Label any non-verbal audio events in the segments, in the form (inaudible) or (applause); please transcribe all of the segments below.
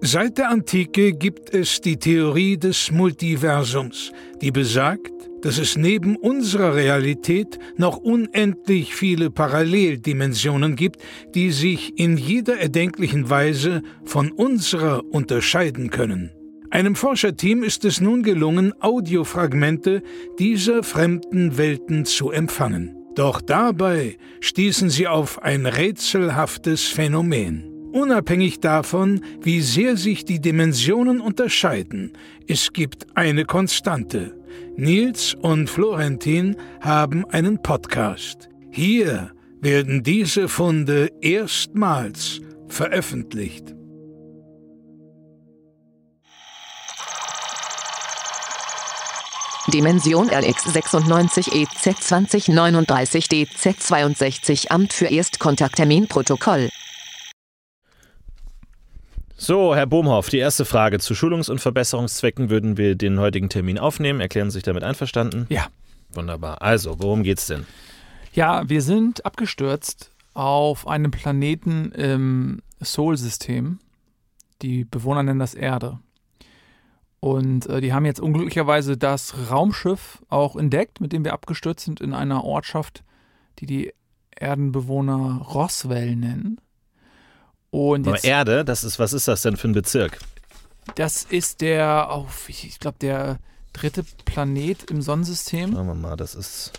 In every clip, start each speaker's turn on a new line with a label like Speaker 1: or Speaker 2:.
Speaker 1: Seit der Antike gibt es die Theorie des Multiversums, die besagt, dass es neben unserer Realität noch unendlich viele Paralleldimensionen gibt, die sich in jeder erdenklichen Weise von unserer unterscheiden können. Einem Forscherteam ist es nun gelungen, Audiofragmente dieser fremden Welten zu empfangen. Doch dabei stießen sie auf ein rätselhaftes Phänomen. Unabhängig davon, wie sehr sich die Dimensionen unterscheiden, es gibt eine Konstante. Nils und Florentin haben einen Podcast. Hier werden diese Funde erstmals veröffentlicht.
Speaker 2: Dimension E LX96EZ2039DZ62 Amt für Erstkontaktterminprotokoll.
Speaker 3: So, Herr Bohmhoff, die erste Frage. Zu Schulungs- und Verbesserungszwecken würden wir den heutigen Termin aufnehmen. Erklären Sie sich damit einverstanden?
Speaker 4: Ja.
Speaker 3: Wunderbar. Also, worum geht's denn?
Speaker 4: Ja, wir sind abgestürzt auf einem Planeten im Sol-System. Die Bewohner nennen das Erde. Und äh, die haben jetzt unglücklicherweise das Raumschiff auch entdeckt, mit dem wir abgestürzt sind in einer Ortschaft, die die Erdenbewohner Roswell nennen. Und
Speaker 3: Aber
Speaker 4: jetzt,
Speaker 3: Erde, das ist, was ist das denn für ein Bezirk?
Speaker 4: das ist der, auf, ich, ich glaube, der dritte Planet im Sonnensystem.
Speaker 3: Schauen wir mal, das ist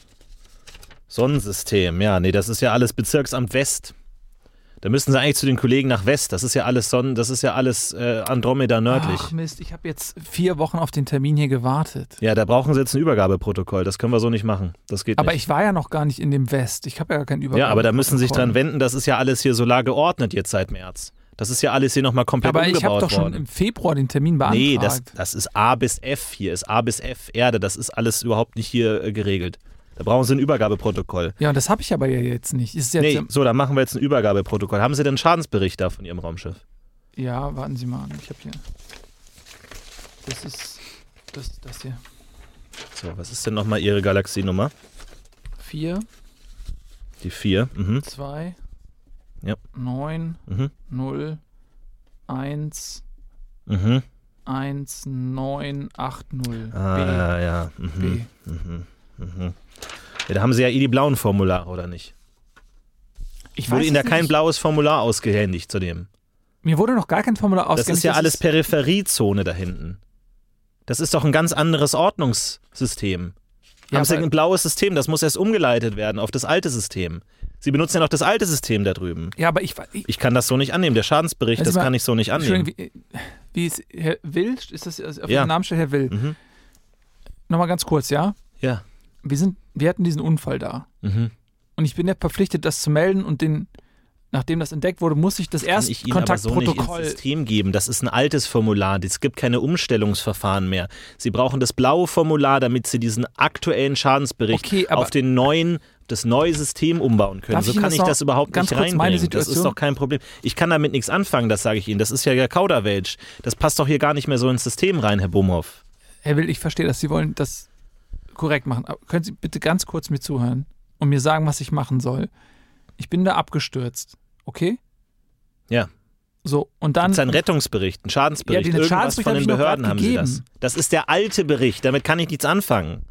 Speaker 3: Sonnensystem. Ja, nee, das ist ja alles Bezirksamt West. Da müssten Sie eigentlich zu den Kollegen nach West. Das ist ja alles Sonnen, das ist ja alles äh, Andromeda nördlich.
Speaker 4: Ach Mist, ich habe jetzt vier Wochen auf den Termin hier gewartet.
Speaker 3: Ja, da brauchen Sie jetzt ein Übergabeprotokoll. Das können wir so nicht machen. Das geht
Speaker 4: Aber
Speaker 3: nicht.
Speaker 4: ich war ja noch gar nicht in dem West. Ich habe ja gar keinen Überblick.
Speaker 3: ja, aber da müssen Sie sich dran wenden. Das ist ja alles hier solar geordnet jetzt seit März. Das ist ja alles hier nochmal komplett
Speaker 4: Aber ich habe
Speaker 3: umgebaut
Speaker 4: doch schon
Speaker 3: worden.
Speaker 4: im Februar den Termin beantragt.
Speaker 3: Nee, das, das ist A bis F. Hier ist A bis F Erde. Das ist alles überhaupt nicht hier äh, geregelt. Da brauchen Sie ein Übergabeprotoll.
Speaker 4: ja, und das habe ich aber ja jetzt nicht. Ist jetzt
Speaker 3: Nee, so, dann machen wir jetzt ein Übergabeprotokoll. Haben Sie denn einen Schadensbericht da von Ihrem Raumschiff?
Speaker 4: Ja, warten Sie mal. Ich habe hier. Das ist. Das, das hier.
Speaker 3: So, was ist denn nochmal Ihre Galaxienummer?
Speaker 4: 4,
Speaker 3: Die 4. Mhm.
Speaker 4: 2,
Speaker 3: Ja.
Speaker 4: 9,
Speaker 3: Mhm.
Speaker 4: 0, 1,
Speaker 3: Mhm.
Speaker 4: 1, 9, 8, 0.
Speaker 3: Ah, ja, ja.
Speaker 4: B.
Speaker 3: Mhm.
Speaker 4: B.
Speaker 3: Mhm. Mhm. ja. Da haben Sie ja eh die blauen Formulare, oder nicht?
Speaker 4: Ich
Speaker 3: Wurde
Speaker 4: weiß
Speaker 3: Ihnen da
Speaker 4: es
Speaker 3: kein
Speaker 4: nicht.
Speaker 3: blaues Formular ausgehändigt zu dem?
Speaker 4: Mir wurde noch gar kein Formular
Speaker 3: Das
Speaker 4: ausgehändigt.
Speaker 3: ist ja alles Peripheriezone da hinten. Das ist doch ein ganz anderes Ordnungssystem.
Speaker 4: Ja,
Speaker 3: haben Sie
Speaker 4: aber-
Speaker 3: ein blaues System, das muss erst umgeleitet werden auf das alte System. Sie benutzen ja noch das alte System da drüben.
Speaker 4: Ja, aber ich. ich
Speaker 3: Ich kann das so nicht annehmen. Der Schadensbericht,
Speaker 4: Also
Speaker 3: das
Speaker 4: mal-
Speaker 3: kann ich so nicht annehmen.
Speaker 4: Entschuldigung, wie, wie es Herr Will, ist das also auf
Speaker 3: Ja.
Speaker 4: dem Namen steht Herr Will.
Speaker 3: Mhm.
Speaker 4: Nochmal ganz kurz, ja?
Speaker 3: Ja.
Speaker 4: Wir, sind, wir hatten diesen Unfall da.
Speaker 3: Mhm.
Speaker 4: Und ich bin ja verpflichtet, das zu melden und den, nachdem das entdeckt wurde, muss ich das
Speaker 3: kann ich Ihnen aber so nicht ins
Speaker 4: Erstkontaktprotokoll.
Speaker 3: System geben. Das ist ein altes Formular. Es gibt keine Umstellungsverfahren mehr. Sie brauchen das blaue Formular, damit Sie diesen aktuellen Schadensbericht
Speaker 4: Okay, aber-
Speaker 3: auf den neuen, das neue System umbauen können.
Speaker 4: Darf
Speaker 3: so
Speaker 4: ich Ihnen
Speaker 3: kann
Speaker 4: das
Speaker 3: ich
Speaker 4: noch
Speaker 3: das überhaupt
Speaker 4: ganz
Speaker 3: nicht
Speaker 4: kurz
Speaker 3: reinbringen.
Speaker 4: meine
Speaker 3: Das ist
Speaker 4: Situation-
Speaker 3: doch kein Problem. Ich kann damit nichts anfangen, das sage ich Ihnen. Das ist ja der Kauderwelsch. Das passt doch hier gar nicht mehr so ins System rein, Herr Bumhoff.
Speaker 4: Herr Will, ich verstehe das. Sie wollen das korrekt machen. Aber können Sie bitte ganz kurz mir zuhören und mir sagen, was ich machen soll? Ich bin da abgestürzt, okay?
Speaker 3: Ja.
Speaker 4: So, und
Speaker 3: Das
Speaker 4: dann.
Speaker 3: ist ein Rettungsbericht, ein Schadensbericht.
Speaker 4: Ja, den
Speaker 3: Irgendwas
Speaker 4: Schadensbericht
Speaker 3: von
Speaker 4: habe
Speaker 3: den
Speaker 4: ich noch
Speaker 3: Behörden
Speaker 4: grad
Speaker 3: haben Sie das.
Speaker 4: gegeben.
Speaker 3: Das ist der alte Bericht. Damit kann ich nichts anfangen.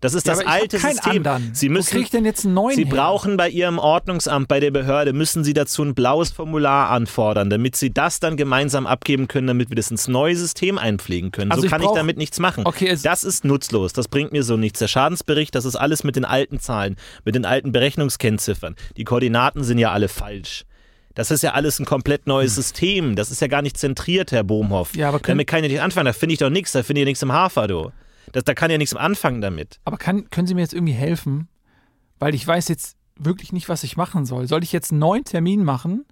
Speaker 3: Das ist
Speaker 4: Ja,
Speaker 3: das
Speaker 4: aber ich hab
Speaker 3: alte
Speaker 4: keinen
Speaker 3: System.
Speaker 4: Anderen.
Speaker 3: Sie
Speaker 4: Wo
Speaker 3: müssen
Speaker 4: kriege ich denn jetzt einen neuen
Speaker 3: Sie
Speaker 4: her?
Speaker 3: brauchen bei Ihrem Ordnungsamt, bei der Behörde, müssen Sie dazu ein blaues Formular anfordern, damit Sie das dann gemeinsam abgeben können, damit wir das ins neue System einpflegen können.
Speaker 4: Also
Speaker 3: so
Speaker 4: ich
Speaker 3: kann ich
Speaker 4: brauch-
Speaker 3: damit nichts machen.
Speaker 4: Okay, es-
Speaker 3: das ist nutzlos, das bringt mir so nichts. Der Schadensbericht, das ist alles mit den alten Zahlen, mit den alten Berechnungskennziffern. Die Koordinaten sind ja alle falsch. Das ist ja alles ein komplett neues System. Das ist ja gar nicht zentriert, Herr Bohmhoff.
Speaker 4: Hm. Ja, aber können-
Speaker 3: damit kann ich nicht anfangen. Da finde ich doch nichts. Da finde ich nichts im Hafer, du. Das, da kann ja nichts anfangen damit.
Speaker 4: Aber kann, können Sie mir jetzt irgendwie helfen? Weil ich weiß jetzt wirklich nicht, was ich machen soll. Soll ich jetzt einen neuen Termin machen?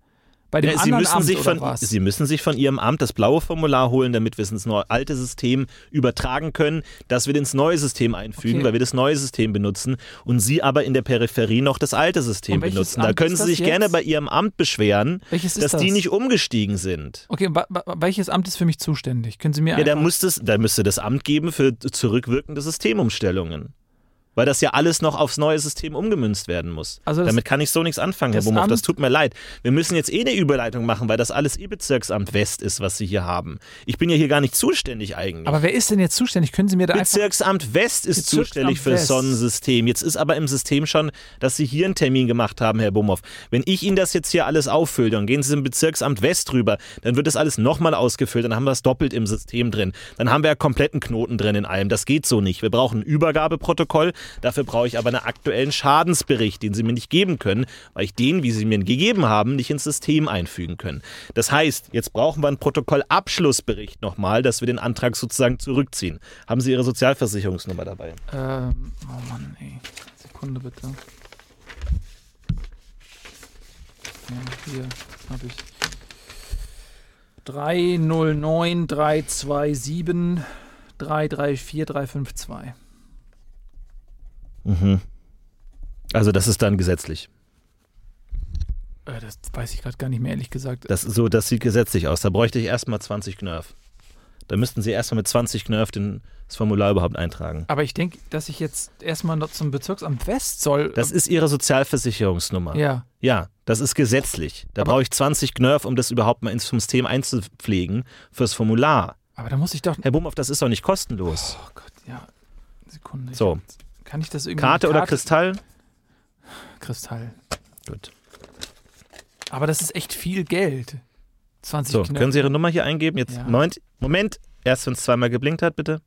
Speaker 4: Bei dem
Speaker 3: Ja, Äh, Sie
Speaker 4: anderen
Speaker 3: müssen,
Speaker 4: Amt
Speaker 3: sich
Speaker 4: oder
Speaker 3: von,
Speaker 4: was?
Speaker 3: Sie müssen sich von Ihrem Amt das blaue Formular holen, damit wir es ins neue, alte System übertragen können, dass wir ins neue System einfügen,
Speaker 4: Okay.
Speaker 3: weil wir das neue System benutzen und Sie aber in der Peripherie noch das alte System
Speaker 4: Und welches
Speaker 3: benutzen. da
Speaker 4: Amt
Speaker 3: können
Speaker 4: ist
Speaker 3: Sie
Speaker 4: das
Speaker 3: sich gerne
Speaker 4: jetzt?
Speaker 3: bei Ihrem Amt beschweren,
Speaker 4: Welches ist
Speaker 3: dass die
Speaker 4: das?
Speaker 3: nicht umgestiegen sind.
Speaker 4: okay, wa- wa- welches Amt ist für mich zuständig? Können Sie mir
Speaker 3: Ja, da,
Speaker 4: einfach,
Speaker 3: muss es, da müsste das Amt geben für zurückwirkende Systemumstellungen. Weil das ja alles noch aufs neue System umgemünzt werden muss.
Speaker 4: Also das-
Speaker 3: Damit kann ich so nichts anfangen, Herr
Speaker 4: das
Speaker 3: Bumhoff. Das
Speaker 4: Amt-
Speaker 3: tut mir leid. Wir müssen jetzt eh eine Überleitung machen, weil das alles Ihr Bezirksamt West ist, was Sie hier haben. Ich bin ja hier gar nicht zuständig eigentlich.
Speaker 4: Aber wer ist denn jetzt zuständig? Können Sie mir da einfach.
Speaker 3: Bezirksamt West ist
Speaker 4: Bezirksamt
Speaker 3: zuständig für das
Speaker 4: West.
Speaker 3: Sonnensystem. Jetzt ist aber im System schon, dass Sie hier einen Termin gemacht haben, Herr Bumhoff. Wenn ich Ihnen das jetzt hier alles auffülle, dann gehen Sie zum Bezirksamt West rüber, dann wird das alles nochmal ausgefüllt, dann haben wir es doppelt im System drin. Dann haben wir ja kompletten Knoten drin in allem. Das geht so nicht. Wir brauchen ein Übergabeprotokoll, dafür brauche ich aber einen aktuellen Schadensbericht, den Sie mir nicht geben können, weil ich den, wie Sie mir ihn gegeben haben, nicht ins System einfügen können. Das heißt, jetzt brauchen wir einen Protokollabschlussbericht nochmal, dass wir den Antrag sozusagen zurückziehen. Haben Sie Ihre Sozialversicherungsnummer dabei?
Speaker 4: Ähm, oh Mann, ey. Sekunde bitte. Ja, hier habe ich. 309 327 334 352.
Speaker 3: Also das ist dann gesetzlich.
Speaker 4: Äh, das weiß ich gerade gar nicht mehr, ehrlich gesagt.
Speaker 3: Das, so, das sieht gesetzlich aus. Da bräuchte ich erstmal 20 Knörf. Da müssten Sie erstmal mit 20 Knörf den, das Formular überhaupt eintragen.
Speaker 4: Aber ich denke, dass ich jetzt erstmal noch zum Bezirksamt West soll.
Speaker 3: Das ist Ihre Sozialversicherungsnummer.
Speaker 4: ja.
Speaker 3: Ja, das ist gesetzlich. Da
Speaker 4: Aber-
Speaker 3: brauche ich 20 Knörf, um das überhaupt mal ins System einzupflegen fürs Formular.
Speaker 4: Aber da muss ich doch.
Speaker 3: Herr Bumhoff, das ist doch nicht kostenlos.
Speaker 4: Oh Gott, ja. Sekunde. ich-
Speaker 3: So,
Speaker 4: Kann ich das irgendwie.
Speaker 3: Karte oder Kristall?
Speaker 4: Kristall.
Speaker 3: Gut.
Speaker 4: Aber das ist echt viel Geld. 20
Speaker 3: So,
Speaker 4: Knöpfe.
Speaker 3: können Sie Ihre Nummer hier eingeben? Jetzt
Speaker 4: Ja.
Speaker 3: Moment, Moment. erst wenn es zweimal geblinkt hat, bitte.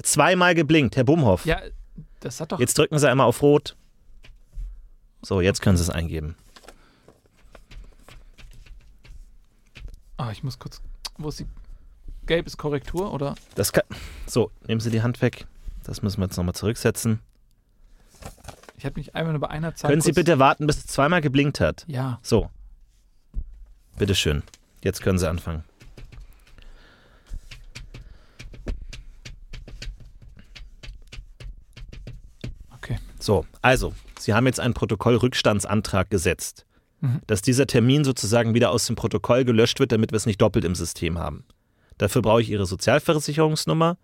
Speaker 3: Zweimal geblinkt, Herr Bumhoff.
Speaker 4: Ja, das hat doch.
Speaker 3: Jetzt drücken Sie einmal auf Rot. So, jetzt können Sie es eingeben.
Speaker 4: Ah, ich muss kurz. Wo ist die. Gelb ist Korrektur, oder?
Speaker 3: Das kann, so, nehmen Sie die Hand weg. Das müssen wir jetzt nochmal zurücksetzen.
Speaker 4: Ich habe mich einmal nur bei einer Zahl.
Speaker 3: können Sie
Speaker 4: kurz-
Speaker 3: bitte warten, bis es zweimal geblinkt hat?
Speaker 4: Ja.
Speaker 3: So. Bitteschön. Jetzt können Sie anfangen.
Speaker 4: Okay.
Speaker 3: So, also, Sie haben jetzt einen Protokollrückstandsantrag gesetzt,
Speaker 4: Mhm.
Speaker 3: dass dieser Termin sozusagen wieder aus dem Protokoll gelöscht wird, damit wir es nicht doppelt im System haben. Dafür brauche ich Ihre Sozialversicherungsnummer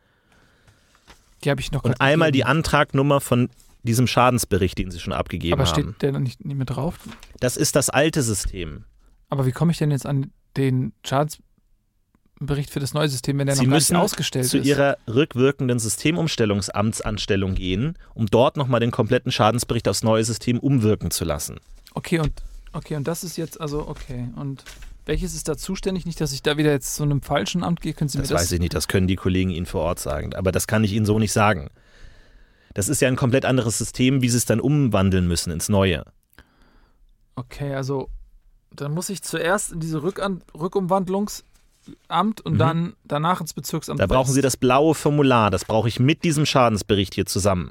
Speaker 4: Die habe ich noch.
Speaker 3: und
Speaker 4: grad
Speaker 3: einmal die
Speaker 4: gegeben.
Speaker 3: Antragnummer von diesem Schadensbericht, den Sie schon abgegeben
Speaker 4: Aber
Speaker 3: haben.
Speaker 4: steht der noch nicht, nicht mehr drauf?
Speaker 3: Das ist das alte System.
Speaker 4: Aber wie komme ich denn jetzt an den Schadensbericht für das neue System, wenn der
Speaker 3: Sie
Speaker 4: noch gar
Speaker 3: müssen
Speaker 4: nicht ausgestellt
Speaker 3: zu
Speaker 4: ist?
Speaker 3: Ihrer rückwirkenden Systemumstellungsamtsanstellung gehen, um dort nochmal den kompletten Schadensbericht aufs neue System umwirken zu lassen.
Speaker 4: Okay, und okay, und das ist jetzt, also, okay. Und welches ist da zuständig? Nicht, dass ich da wieder jetzt zu einem falschen Amt gehe, können Sie
Speaker 3: Das,
Speaker 4: mir das.
Speaker 3: weiß ich nicht, das können die Kollegen Ihnen vor Ort sagen, aber das kann ich Ihnen so nicht sagen. Das ist ja ein komplett anderes System, wie Sie es dann umwandeln müssen ins neue.
Speaker 4: Okay, also dann muss ich zuerst in diese Rückan Rückumwandlungsamt und
Speaker 3: Mhm.
Speaker 4: dann danach ins Bezirksamt.
Speaker 3: Da brauchen Sie das blaue Formular, das brauche ich mit diesem Schadensbericht hier zusammen.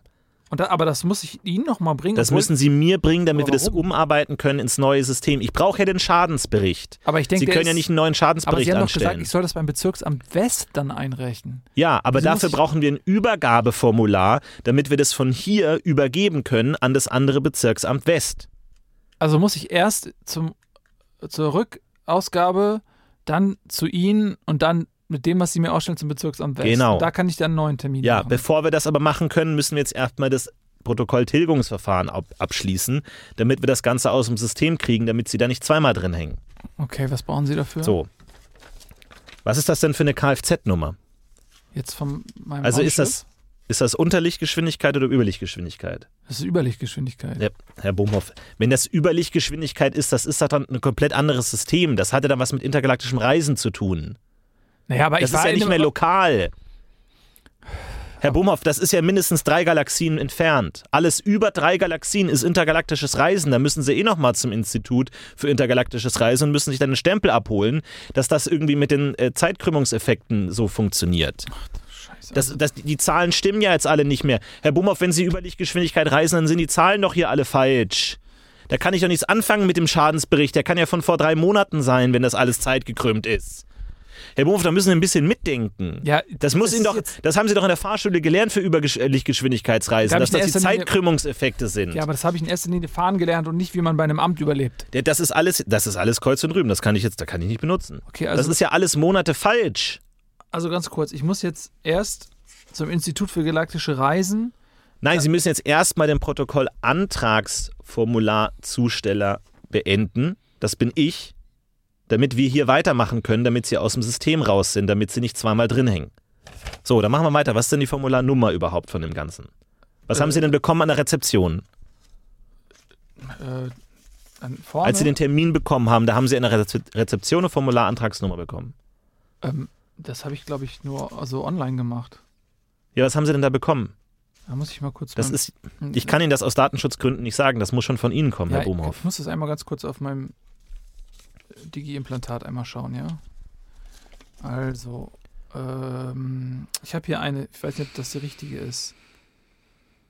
Speaker 4: Und da, aber das muss ich Ihnen nochmal bringen.
Speaker 3: Das
Speaker 4: obwohl-
Speaker 3: müssen Sie mir bringen, damit
Speaker 4: Aber
Speaker 3: wir das
Speaker 4: warum?
Speaker 3: umarbeiten können ins neue System. Ich brauche ja den Schadensbericht.
Speaker 4: aber ich denke,
Speaker 3: Sie
Speaker 4: der
Speaker 3: können
Speaker 4: ist,
Speaker 3: ja nicht einen neuen
Speaker 4: Aber
Speaker 3: Schadensbericht
Speaker 4: Sie haben doch
Speaker 3: anstellen.
Speaker 4: gesagt, ich soll das beim Bezirksamt West dann einreichen.
Speaker 3: Ja, aber
Speaker 4: Wieso Also muss
Speaker 3: dafür
Speaker 4: ich-
Speaker 3: brauchen wir ein Übergabeformular, damit wir das von hier übergeben können an das andere Bezirksamt West.
Speaker 4: Also muss ich erst zum, zur Rückausgabe, dann zu Ihnen und dann mit dem, was Sie mir ausstellen, zum Bezirksamt West.
Speaker 3: Genau.
Speaker 4: Da kann ich dann einen neuen Termin
Speaker 3: Ja,
Speaker 4: machen.
Speaker 3: bevor wir das aber machen können, müssen wir jetzt erstmal das Protokolltilgungsverfahren ab abschließen, damit wir das Ganze aus dem System kriegen, damit sie da nicht zweimal drin hängen.
Speaker 4: Okay, was brauchen Sie dafür?
Speaker 3: So. Was ist das denn für eine Kfz-Nummer?
Speaker 4: Jetzt von meinem
Speaker 3: Also ist
Speaker 4: Raumschiff?
Speaker 3: das, ist das Unterlichtgeschwindigkeit oder Überlichtgeschwindigkeit?
Speaker 4: Das ist Überlichtgeschwindigkeit.
Speaker 3: Ja, Herr Bohmhoff, wenn das Überlichtgeschwindigkeit ist, das ist doch dann ein komplett anderes System. Das hatte dann was mit intergalaktischem Reisen zu tun.
Speaker 4: Naja, aber
Speaker 3: Das
Speaker 4: ich war
Speaker 3: ist ja
Speaker 4: in
Speaker 3: nicht
Speaker 4: dem-
Speaker 3: mehr lokal. Herr Bumhoff, das ist ja mindestens drei Galaxien entfernt. Alles über drei Galaxien ist intergalaktisches Reisen. Da müssen Sie eh nochmal zum Institut für intergalaktisches Reisen und müssen sich dann einen Stempel abholen, dass das irgendwie mit den äh, Zeitkrümmungseffekten so funktioniert.
Speaker 4: Scheiße.
Speaker 3: Das, das, die Zahlen stimmen ja jetzt alle nicht mehr. Herr Bumhoff, wenn Sie über Lichtgeschwindigkeit reisen, dann sind die Zahlen doch hier alle falsch. Da kann ich doch nichts anfangen mit dem Schadensbericht. Der kann ja von vor drei Monaten sein, wenn das alles zeitgekrümmt ist. Herr Bumhoff, da müssen Sie ein bisschen mitdenken.
Speaker 4: ja,
Speaker 3: Das muss
Speaker 4: ist
Speaker 3: Ihnen doch,
Speaker 4: jetzt-
Speaker 3: das haben Sie doch in der Fahrschule gelernt für Überlichtgeschwindigkeitsreisen,
Speaker 4: Hab
Speaker 3: dass
Speaker 4: ich in
Speaker 3: das die
Speaker 4: erster Linie-
Speaker 3: Zeitkrümmungseffekte sind.
Speaker 4: Ja, aber das habe ich in erster Linie fahren gelernt und nicht, wie man bei einem Amt überlebt.
Speaker 3: Der- Das ist alles, das ist alles Kreuz und Rüben. Das kann ich jetzt, da kann ich nicht benutzen.
Speaker 4: Okay,
Speaker 3: Das
Speaker 4: also,
Speaker 3: ist ja alles Monate falsch.
Speaker 4: also ganz kurz, ich muss jetzt erst zum Institut für galaktische Reisen,
Speaker 3: Nein, Sie müssen jetzt erstmal den Protokollantragsformularzusteller beenden. Das bin ich, damit wir hier weitermachen können, damit Sie aus dem System raus sind, damit Sie nicht zweimal drin hängen. So, dann machen wir weiter. Was ist denn die Formularnummer überhaupt von dem Ganzen? Was haben Sie denn bekommen an der Rezeption?
Speaker 4: Äh, an- vorne,
Speaker 3: Als Sie den Termin bekommen haben, da haben Sie an der Rezep- Rezeption eine Formulantragsnummer bekommen.
Speaker 4: ähm, das habe ich, glaube ich, nur so online gemacht.
Speaker 3: Ja, was haben Sie denn da bekommen?
Speaker 4: Da muss ich mal kurz.
Speaker 3: Das
Speaker 4: beim-
Speaker 3: ist, ich kann Ihnen das aus Datenschutzgründen nicht sagen. Das muss schon von Ihnen kommen,
Speaker 4: ja,
Speaker 3: Herr Bohmhoff.
Speaker 4: Ich muss das einmal ganz kurz auf meinem Digi-Implantat einmal schauen, ja. Also, ähm, ich habe hier eine, ich weiß nicht, ob das die richtige ist.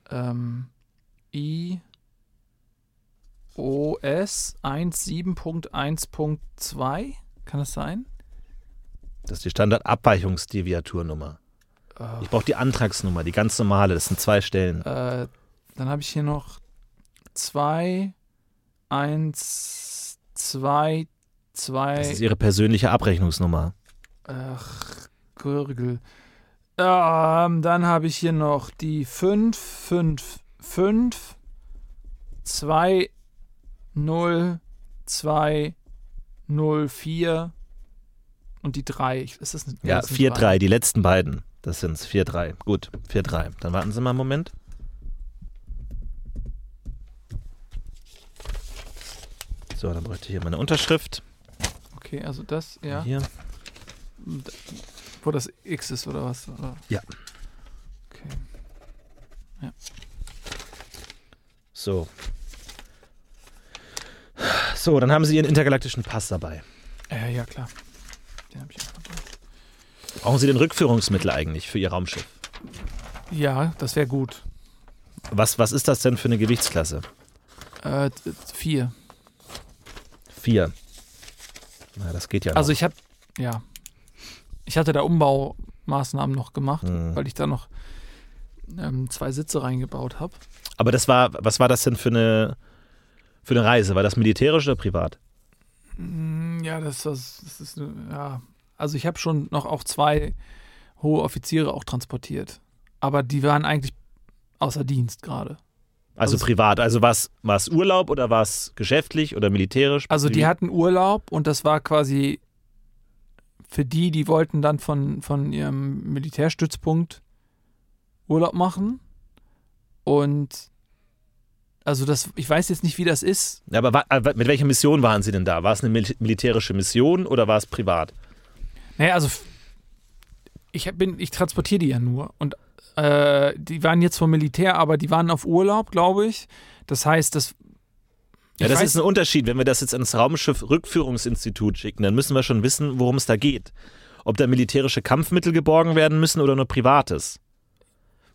Speaker 4: Ähm, iOS 17.1.2, kann das sein?
Speaker 3: Das ist die Standardabweichungsdeviaturnummer.
Speaker 4: Äh,
Speaker 3: Ich brauche die Antragsnummer, die ganz normale. Das sind zwei Stellen.
Speaker 4: Äh, dann habe ich hier noch 2, 1, 2,
Speaker 3: Das ist
Speaker 4: 2,
Speaker 3: Ihre persönliche Abrechnungsnummer.
Speaker 4: ach, Gürgel. Ähm, dann habe ich hier noch die 5, 5, 5, 2, 0, 2, 0, 4 und die 3. Ist das eine,
Speaker 3: Ja,
Speaker 4: das sind
Speaker 3: 4-3, die letzten beiden. Das sind es, 4-3. Gut, 4-3. Dann warten Sie mal einen Moment. So, dann bräuchte ich hier meine Unterschrift.
Speaker 4: Okay, also das, ja.
Speaker 3: Hier.
Speaker 4: Wo das X ist oder was? Oder?
Speaker 3: Ja.
Speaker 4: Okay.
Speaker 3: So. So, dann haben Sie Ihren intergalaktischen Pass dabei.
Speaker 4: Äh, ja, klar. Den habe ich auch dabei.
Speaker 3: Brauchen Sie den Rückführungsmittel eigentlich für Ihr Raumschiff?
Speaker 4: Ja, das wäre gut.
Speaker 3: Was, was ist das denn für eine Gewichtsklasse?
Speaker 4: Äh, t- t- vier.
Speaker 3: Vier. Na, das geht ja noch.
Speaker 4: Also ich habe, ja, ich hatte da Umbaumaßnahmen noch gemacht,
Speaker 3: Hm.
Speaker 4: weil ich da noch ähm, zwei Sitze reingebaut habe.
Speaker 3: Aber das war, was war das denn für eine, für eine Reise? War das militärisch oder privat?
Speaker 4: Mhm, Ja, das, das, das ist, ne- ja. Also ich habe schon noch auch zwei hohe Offiziere auch transportiert. Aber die waren eigentlich außer Dienst gerade.
Speaker 3: Also
Speaker 4: Also-
Speaker 3: privat. Also war es Urlaub oder war es geschäftlich oder militärisch?
Speaker 4: Also
Speaker 3: Wie-
Speaker 4: die hatten Urlaub und das war quasi für die, die wollten dann von, von ihrem Militärstützpunkt Urlaub machen. Und also das, ich weiß jetzt nicht, wie das ist.
Speaker 3: Ja, Aber wa- aber mit welcher Mission waren Sie denn da? War es eine mil militärische Mission oder war es privat?
Speaker 4: Naja, also f- ich hab- bin, ich transportiere die ja nur und äh, die waren jetzt vom Militär, aber die waren auf Urlaub, glaube ich. Das heißt, das
Speaker 3: Ja,
Speaker 4: Ich
Speaker 3: das
Speaker 4: weiß-
Speaker 3: ist ein Unterschied. Wenn wir das jetzt ans Raumschiff-Rückführungsinstitut schicken, dann müssen wir schon wissen, worum es da geht. Ob da militärische Kampfmittel geborgen werden müssen oder nur privates.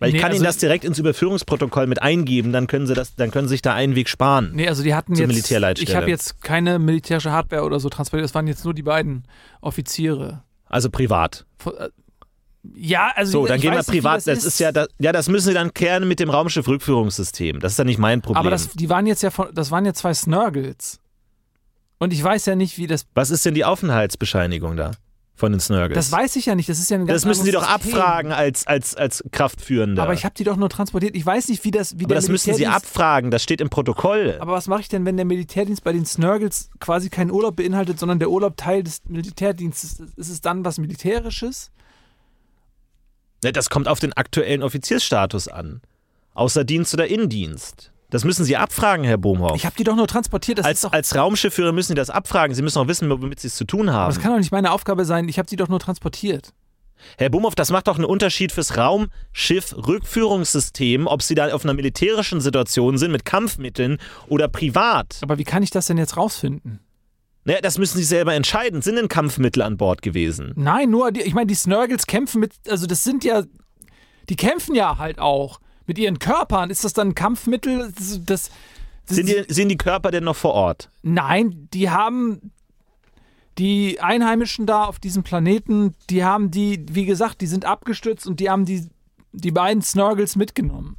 Speaker 3: Weil ich
Speaker 4: Nee,
Speaker 3: kann Ihnen
Speaker 4: also-
Speaker 3: das direkt ins Überführungsprotokoll mit eingeben, dann können Sie das, dann können Sie sich da einen Weg sparen.
Speaker 4: Nee, also die hatten
Speaker 3: Zur
Speaker 4: jetzt.
Speaker 3: Militärleitstelle.
Speaker 4: Ich habe jetzt keine militärische Hardware oder so transportiert. Das waren jetzt nur die beiden Offiziere.
Speaker 3: Also privat.
Speaker 4: Von- äh, Ja, also
Speaker 3: So,
Speaker 4: ich-
Speaker 3: dann
Speaker 4: ich
Speaker 3: gehen wir
Speaker 4: weiß nicht, wie
Speaker 3: privat. Das, ist, ja, das, ja, das müssen Sie dann klären mit dem Raumschiff-Rückführungssystem. Das ist dann nicht mein Problem.
Speaker 4: aber das, die waren jetzt ja von, das waren ja zwei Snurgles. Und ich weiß ja nicht, wie das.
Speaker 3: Was ist denn die Aufenthaltsbescheinigung da von den Snurgles?
Speaker 4: Das weiß ich ja nicht. Das ist ja ein ganz
Speaker 3: Das müssen Sie doch
Speaker 4: anderes System.
Speaker 3: abfragen als, als, als Kraftführender.
Speaker 4: Aber ich habe die doch nur transportiert. Ich weiß nicht, wie das, wie
Speaker 3: Aber
Speaker 4: der
Speaker 3: das müssen Sie
Speaker 4: Militärdienst-
Speaker 3: abfragen, das steht im Protokoll.
Speaker 4: Aber was mache ich denn, wenn der Militärdienst bei den Snurgles quasi keinen Urlaub beinhaltet, sondern der Urlaub Teil des Militärdienstes ist? Ist es dann was Militärisches?
Speaker 3: Ne, Das kommt auf den aktuellen Offiziersstatus an. Außer Dienst oder Indienst. Das müssen Sie abfragen, Herr Bohmhoff.
Speaker 4: Ich habe die doch nur transportiert. Das ist
Speaker 3: Als,
Speaker 4: doch
Speaker 3: als Raumschiffführer müssen Sie das abfragen. Sie müssen auch wissen, womit Sie es zu tun
Speaker 4: Aber
Speaker 3: haben.
Speaker 4: das kann doch nicht meine Aufgabe sein. Ich habe sie doch nur transportiert.
Speaker 3: Herr Bohmhoff, das macht doch einen Unterschied fürs Raumschiff-Rückführungssystem, ob Sie da auf einer militärischen Situation sind, mit Kampfmitteln oder privat.
Speaker 4: Aber wie kann ich das denn jetzt rausfinden?
Speaker 3: Ne, das müssen Sie selber entscheiden. Sind denn Kampfmittel an Bord gewesen?
Speaker 4: Nein, nur die, ich meine, die Snurgles kämpfen mit, also das sind ja, die kämpfen ja halt auch mit ihren Körpern. Ist das dann ein Kampfmittel? Das, das, das
Speaker 3: Sind die, sind die Körper denn noch vor Ort?
Speaker 4: Nein, die haben die Einheimischen da auf diesem Planeten, die haben die, wie gesagt, die sind abgestürzt und die haben die, die beiden Snurgles mitgenommen.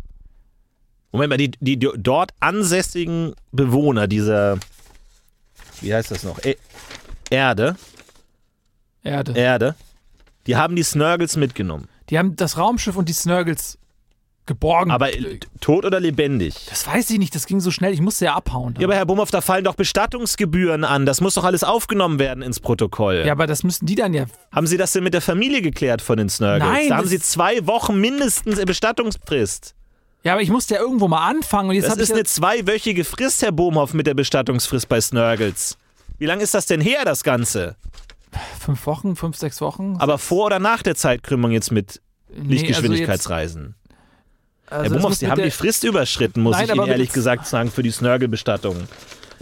Speaker 3: Moment mal, die, die, die dort ansässigen Bewohner dieser, wie heißt das noch? E Erde,
Speaker 4: Erde.
Speaker 3: Erde, die haben die Snurgles mitgenommen.
Speaker 4: Die haben das Raumschiff und die Snurgles geborgen.
Speaker 3: Aber äh, tot oder lebendig?
Speaker 4: das weiß ich nicht, das ging so schnell, ich musste ja abhauen.
Speaker 3: Ja, aber Herr Bumhoff, da fallen doch Bestattungsgebühren an. Das muss doch alles aufgenommen werden ins Protokoll.
Speaker 4: ja, aber das müssten die dann ja.
Speaker 3: Haben Sie das denn mit der Familie geklärt von den Snurgles?
Speaker 4: Nein,
Speaker 3: da haben
Speaker 4: das-
Speaker 3: Sie zwei Wochen mindestens Bestattungsfrist.
Speaker 4: Ja, aber ich musste ja irgendwo mal anfangen und jetzt
Speaker 3: Das
Speaker 4: habe
Speaker 3: ist
Speaker 4: ich. ja-
Speaker 3: eine zweiwöchige Frist, Herr Bohmhoff, mit der Bestattungsfrist bei Snurgles. Wie lange ist das denn her, das Ganze?
Speaker 4: fünf Wochen, fünf, sechs Wochen.
Speaker 3: Aber vor oder nach der Zeitkrümmung jetzt mit Lichtgeschwindigkeitsreisen?
Speaker 4: Nee, also jetzt, also
Speaker 3: Herr
Speaker 4: das
Speaker 3: Bohmhoff,
Speaker 4: muss
Speaker 3: Sie
Speaker 4: mit
Speaker 3: haben
Speaker 4: der-
Speaker 3: die Frist überschritten, muss
Speaker 4: Nein,
Speaker 3: ich Ihnen
Speaker 4: aber mit
Speaker 3: ehrlich
Speaker 4: der-
Speaker 3: gesagt sagen, für die Snurgle-Bestattung.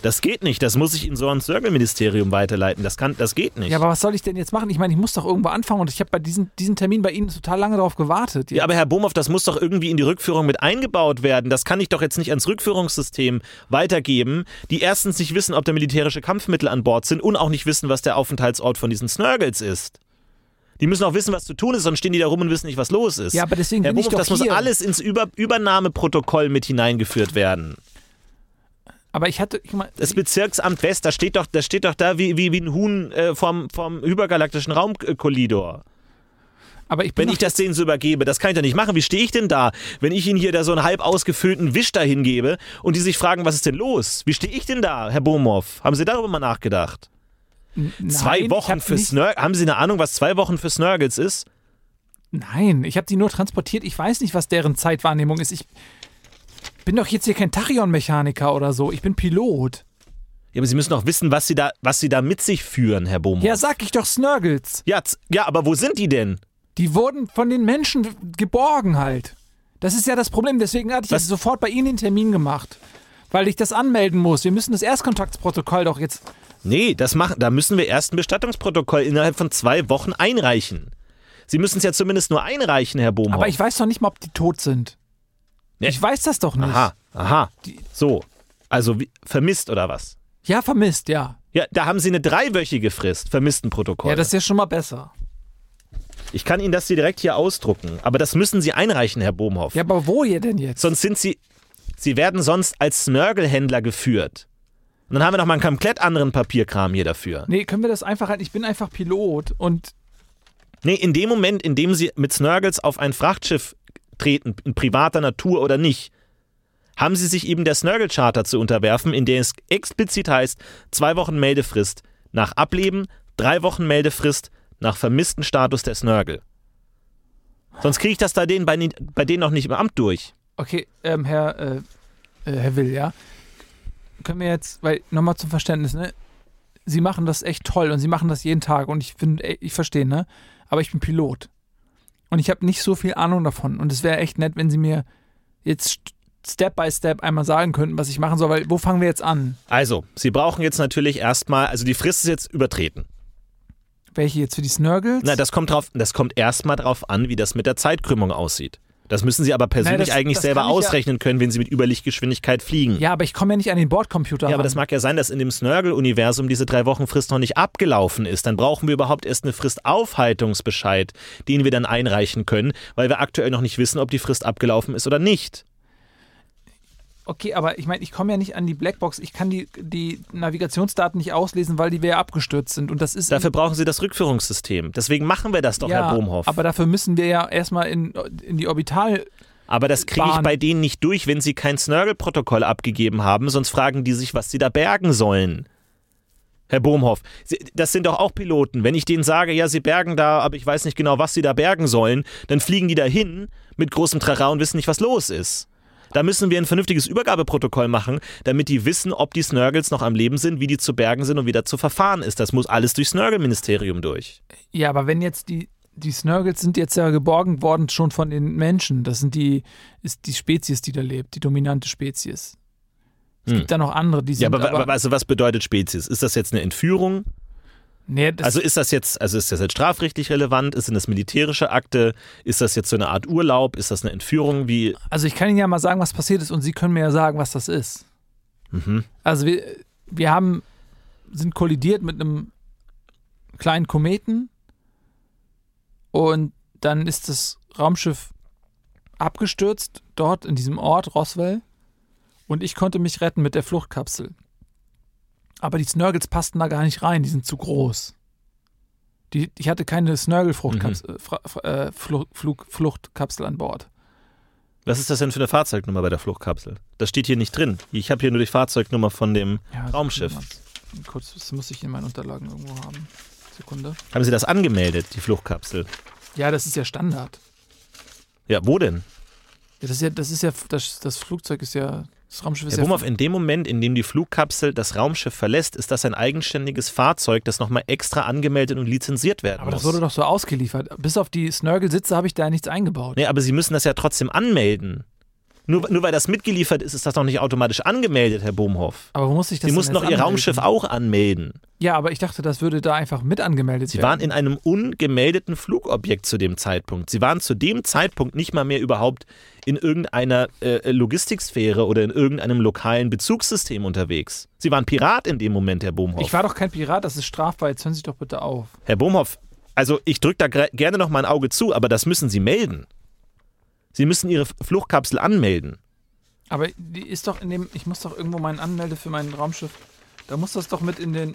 Speaker 3: Das geht nicht, das muss ich Ihnen so ans Snurgle-Ministerium weiterleiten. Das, kann, das geht nicht.
Speaker 4: Ja, aber was soll ich denn jetzt machen? Ich meine, ich muss doch irgendwo anfangen und ich habe bei diesem, diesem Termin bei Ihnen total lange darauf gewartet.
Speaker 3: Ja, aber Herr Bohmhoff, das muss doch irgendwie in die Rückführung mit eingebaut werden. Das kann ich doch jetzt nicht ans Rückführungssystem weitergeben, die erstens nicht wissen, ob da militärische Kampfmittel an Bord sind und auch nicht wissen, was der Aufenthaltsort von diesen Snurgles ist. Die müssen auch wissen, was zu tun ist, sonst stehen die da rum und wissen nicht, was los ist.
Speaker 4: Ja, aber deswegen
Speaker 3: Herr
Speaker 4: bin ich
Speaker 3: Bohmhoff,
Speaker 4: doch
Speaker 3: das muss
Speaker 4: hier.
Speaker 3: alles ins Über Übernahmeprotokoll mit hineingeführt werden.
Speaker 4: aber ich hatte. Ich meine,
Speaker 3: Das Bezirksamt West, da steht doch, das steht doch da wie, wie, wie ein Huhn äh, vom, vom übergalaktischen Raumkollidor.
Speaker 4: aber ich bin
Speaker 3: Wenn
Speaker 4: doch,
Speaker 3: ich das denen so übergebe, das kann ich doch nicht machen. Wie stehe ich denn da, wenn ich ihnen hier da so einen halb ausgefüllten Wisch da hingebe und die sich fragen, was ist denn los? Wie stehe ich denn da, Herr Bohmhoff? Haben Sie darüber mal nachgedacht?
Speaker 4: nein,
Speaker 3: zwei
Speaker 4: ich
Speaker 3: Wochen
Speaker 4: hab
Speaker 3: für
Speaker 4: nicht-
Speaker 3: Snurgles. Haben Sie eine Ahnung, was zwei Wochen für Snurgles ist?
Speaker 4: Nein, ich habe die nur transportiert. Ich weiß nicht, was deren Zeitwahrnehmung ist. Ich bin doch jetzt hier kein Tachyon-Mechaniker oder so. Ich bin Pilot.
Speaker 3: Ja, aber Sie müssen doch wissen, was Sie da, was Sie da mit sich führen, Herr Bohmhoff.
Speaker 4: Ja, sag ich doch Snurgles.
Speaker 3: Ja, z- ja, aber wo sind die denn?
Speaker 4: Die wurden von den Menschen geborgen halt. Das ist ja das Problem. Deswegen hatte ich
Speaker 3: Was?
Speaker 4: jetzt sofort bei Ihnen den Termin gemacht. Weil ich das anmelden muss. Wir müssen das Erstkontaktsprotokoll doch jetzt.
Speaker 3: Oh. Nee, das machen, da müssen wir erst ein Bestattungsprotokoll innerhalb von zwei Wochen einreichen. Sie müssen es ja zumindest nur einreichen, Herr Bohmhoff.
Speaker 4: Aber ich weiß doch nicht mal, ob die tot sind.
Speaker 3: Ja.
Speaker 4: Ich weiß das doch nicht.
Speaker 3: aha, aha. So, also wie, vermisst oder was?
Speaker 4: Ja, vermisst, ja.
Speaker 3: Ja, da haben sie eine dreiwöchige Frist, Vermisstenprotokoll.
Speaker 4: Ja, das ist ja schon mal besser.
Speaker 3: ich kann Ihnen das hier direkt hier ausdrucken, aber das müssen Sie einreichen, Herr Bohmhoff.
Speaker 4: Ja, aber wo ihr denn jetzt?
Speaker 3: Sonst sind Sie, Sie werden sonst als Snörgelhändler geführt. Und dann haben wir noch mal einen komplett anderen Papierkram hier dafür.
Speaker 4: Nee, können wir das einfach halt. Ich bin einfach Pilot und
Speaker 3: Nee, in dem Moment, in dem Sie mit Snörgels auf ein Frachtschiff treten, in privater Natur oder nicht, haben Sie sich eben der Snörgel-Charta zu unterwerfen, in der es explizit heißt, zwei Wochen Meldefrist nach Ableben, drei Wochen Meldefrist nach vermissten Status der Snörgel. Sonst kriege ich das da denen bei, den- bei denen noch nicht im Amt durch.
Speaker 4: Okay, ähm, Herr, äh, äh, Herr Will, ja. Können wir jetzt, weil, nochmal zum Verständnis, ne? Sie machen das echt toll und Sie machen das jeden Tag und ich finde, ich verstehe, ne? Aber ich bin Pilot. Und ich habe nicht so viel Ahnung davon. Und es wäre echt nett, wenn Sie mir jetzt st- Step by Step einmal sagen könnten, was ich machen soll, weil wo fangen wir jetzt an?
Speaker 3: Also, Sie brauchen jetzt natürlich erstmal, also die Frist ist jetzt übertreten.
Speaker 4: Welche jetzt für die Snurgles?
Speaker 3: Na, das kommt drauf, das kommt erstmal drauf an, wie das mit der Zeitkrümmung aussieht. Das müssen Sie aber persönlich
Speaker 4: das-
Speaker 3: eigentlich
Speaker 4: das
Speaker 3: selber
Speaker 4: kann ich ja-
Speaker 3: ausrechnen können, wenn Sie mit Überlichtgeschwindigkeit fliegen.
Speaker 4: ja, aber ich komme ja nicht an den Bordcomputer.
Speaker 3: Ja, aber
Speaker 4: ran.
Speaker 3: das mag ja sein, dass in dem Snurgle-Universum diese drei Wochen Frist noch nicht abgelaufen ist. Dann brauchen wir überhaupt erst eine Fristaufhaltungsbescheid, den wir dann einreichen können, weil wir aktuell noch nicht wissen, ob die Frist abgelaufen ist oder nicht.
Speaker 4: Okay, aber ich meine, ich komme ja nicht an die Blackbox. Ich kann die, die Navigationsdaten nicht auslesen, weil die wir ja abgestürzt sind. Und das ist
Speaker 3: Dafür brauchen Sie das Rückführungssystem. Deswegen machen wir das doch, Herr Bohmhoff.
Speaker 4: Aber dafür müssen wir ja erstmal in, in die Orbital.
Speaker 3: Aber das kriege ich
Speaker 4: Bahn.
Speaker 3: bei denen nicht durch, wenn sie kein Snurgle-Protokoll abgegeben haben, sonst fragen die sich, was sie da bergen sollen. Herr Bohmhoff, sie, das sind doch auch Piloten. Wenn ich denen sage, ja, sie bergen da, aber ich weiß nicht genau, was sie da bergen sollen, dann fliegen die da hin mit großem Trara und wissen nicht, was los ist. Da müssen wir ein vernünftiges Übergabeprotokoll machen, damit die wissen, ob die Snurgles noch am Leben sind, wie die zu bergen sind und wie da zu verfahren ist. Das muss alles durch Snurgle-Ministerium durch.
Speaker 4: Ja, aber wenn jetzt die, die Snurgles sind jetzt ja geborgen worden schon von den Menschen. Das sind die, ist die Spezies, die da lebt, die dominante Spezies. Es
Speaker 3: Hm.
Speaker 4: gibt da noch andere, die sind
Speaker 3: Ja, aber, aber, aber also was bedeutet Spezies? Ist das jetzt eine Entführung?
Speaker 4: nee, das,
Speaker 3: also ist das jetzt, also ist das jetzt strafrechtlich relevant? Ist, sind das militärische Akte? Ist das jetzt so eine Art Urlaub? Ist das eine Entführung? Wie?
Speaker 4: also ich kann Ihnen ja mal sagen, was passiert ist und Sie können mir ja sagen, was das ist.
Speaker 3: Mhm.
Speaker 4: Also wir, wir haben, sind kollidiert mit einem kleinen Kometen und dann ist das Raumschiff abgestürzt, dort in diesem Ort, Roswell, und ich konnte mich retten mit der Fluchtkapsel. Aber die Snurgles passten da gar nicht rein, die sind zu groß. Die, ich hatte keine Snurgle-Fluchtkapsel äh, Fra- Fra- äh, Fluch- Flug- Fluchtkapsel an Bord.
Speaker 3: Was ist das denn für eine Fahrzeugnummer bei der Fluchtkapsel? Das steht hier nicht drin. Ich habe hier nur die Fahrzeugnummer von dem
Speaker 4: Ja,
Speaker 3: Raumschiff.
Speaker 4: Sekunde mal. Kurz, das muss ich in meinen Unterlagen irgendwo haben. Sekunde.
Speaker 3: Haben Sie das angemeldet, die Fluchtkapsel?
Speaker 4: Ja, das ist ja Standard.
Speaker 3: Ja, wo denn?
Speaker 4: Ja, das ist ja, das ist ja, das, das Flugzeug ist ja, das Raumschiff ist
Speaker 3: Herr
Speaker 4: ja.
Speaker 3: Bumhoff, in dem Moment, in dem die Flugkapsel das Raumschiff verlässt, ist das ein eigenständiges Fahrzeug, das nochmal extra angemeldet und lizenziert werden
Speaker 4: aber
Speaker 3: muss.
Speaker 4: das wurde doch so ausgeliefert. Bis auf die Snörgelsitze habe ich da nichts eingebaut.
Speaker 3: nee, aber Sie müssen das ja trotzdem anmelden. Nur, nur weil das mitgeliefert ist, ist das noch nicht automatisch angemeldet, Herr Bohmhoff.
Speaker 4: Aber wo muss ich das
Speaker 3: Sie
Speaker 4: denn
Speaker 3: mussten
Speaker 4: jetzt
Speaker 3: doch Ihr
Speaker 4: anmelden?
Speaker 3: Raumschiff auch anmelden.
Speaker 4: Ja, aber ich dachte, das würde da einfach mit angemeldet
Speaker 3: Sie waren
Speaker 4: werden.
Speaker 3: in einem ungemeldeten Flugobjekt zu dem Zeitpunkt. Sie waren zu dem Zeitpunkt nicht mal mehr überhaupt in irgendeiner äh, Logistiksphäre oder in irgendeinem lokalen Bezugssystem unterwegs. Sie waren Pirat in dem Moment, Herr Bohmhoff.
Speaker 4: ich war doch kein Pirat, das ist strafbar. Jetzt hören Sie doch bitte auf.
Speaker 3: Herr Bohmhoff, also ich drücke da gre- gerne noch mal ein Auge zu, aber das müssen Sie melden. Sie müssen Ihre Fluchtkapsel anmelden.
Speaker 4: Aber die ist doch in dem, ich muss doch irgendwo meinen Anmelde für mein Raumschiff. Da muss das doch mit in den,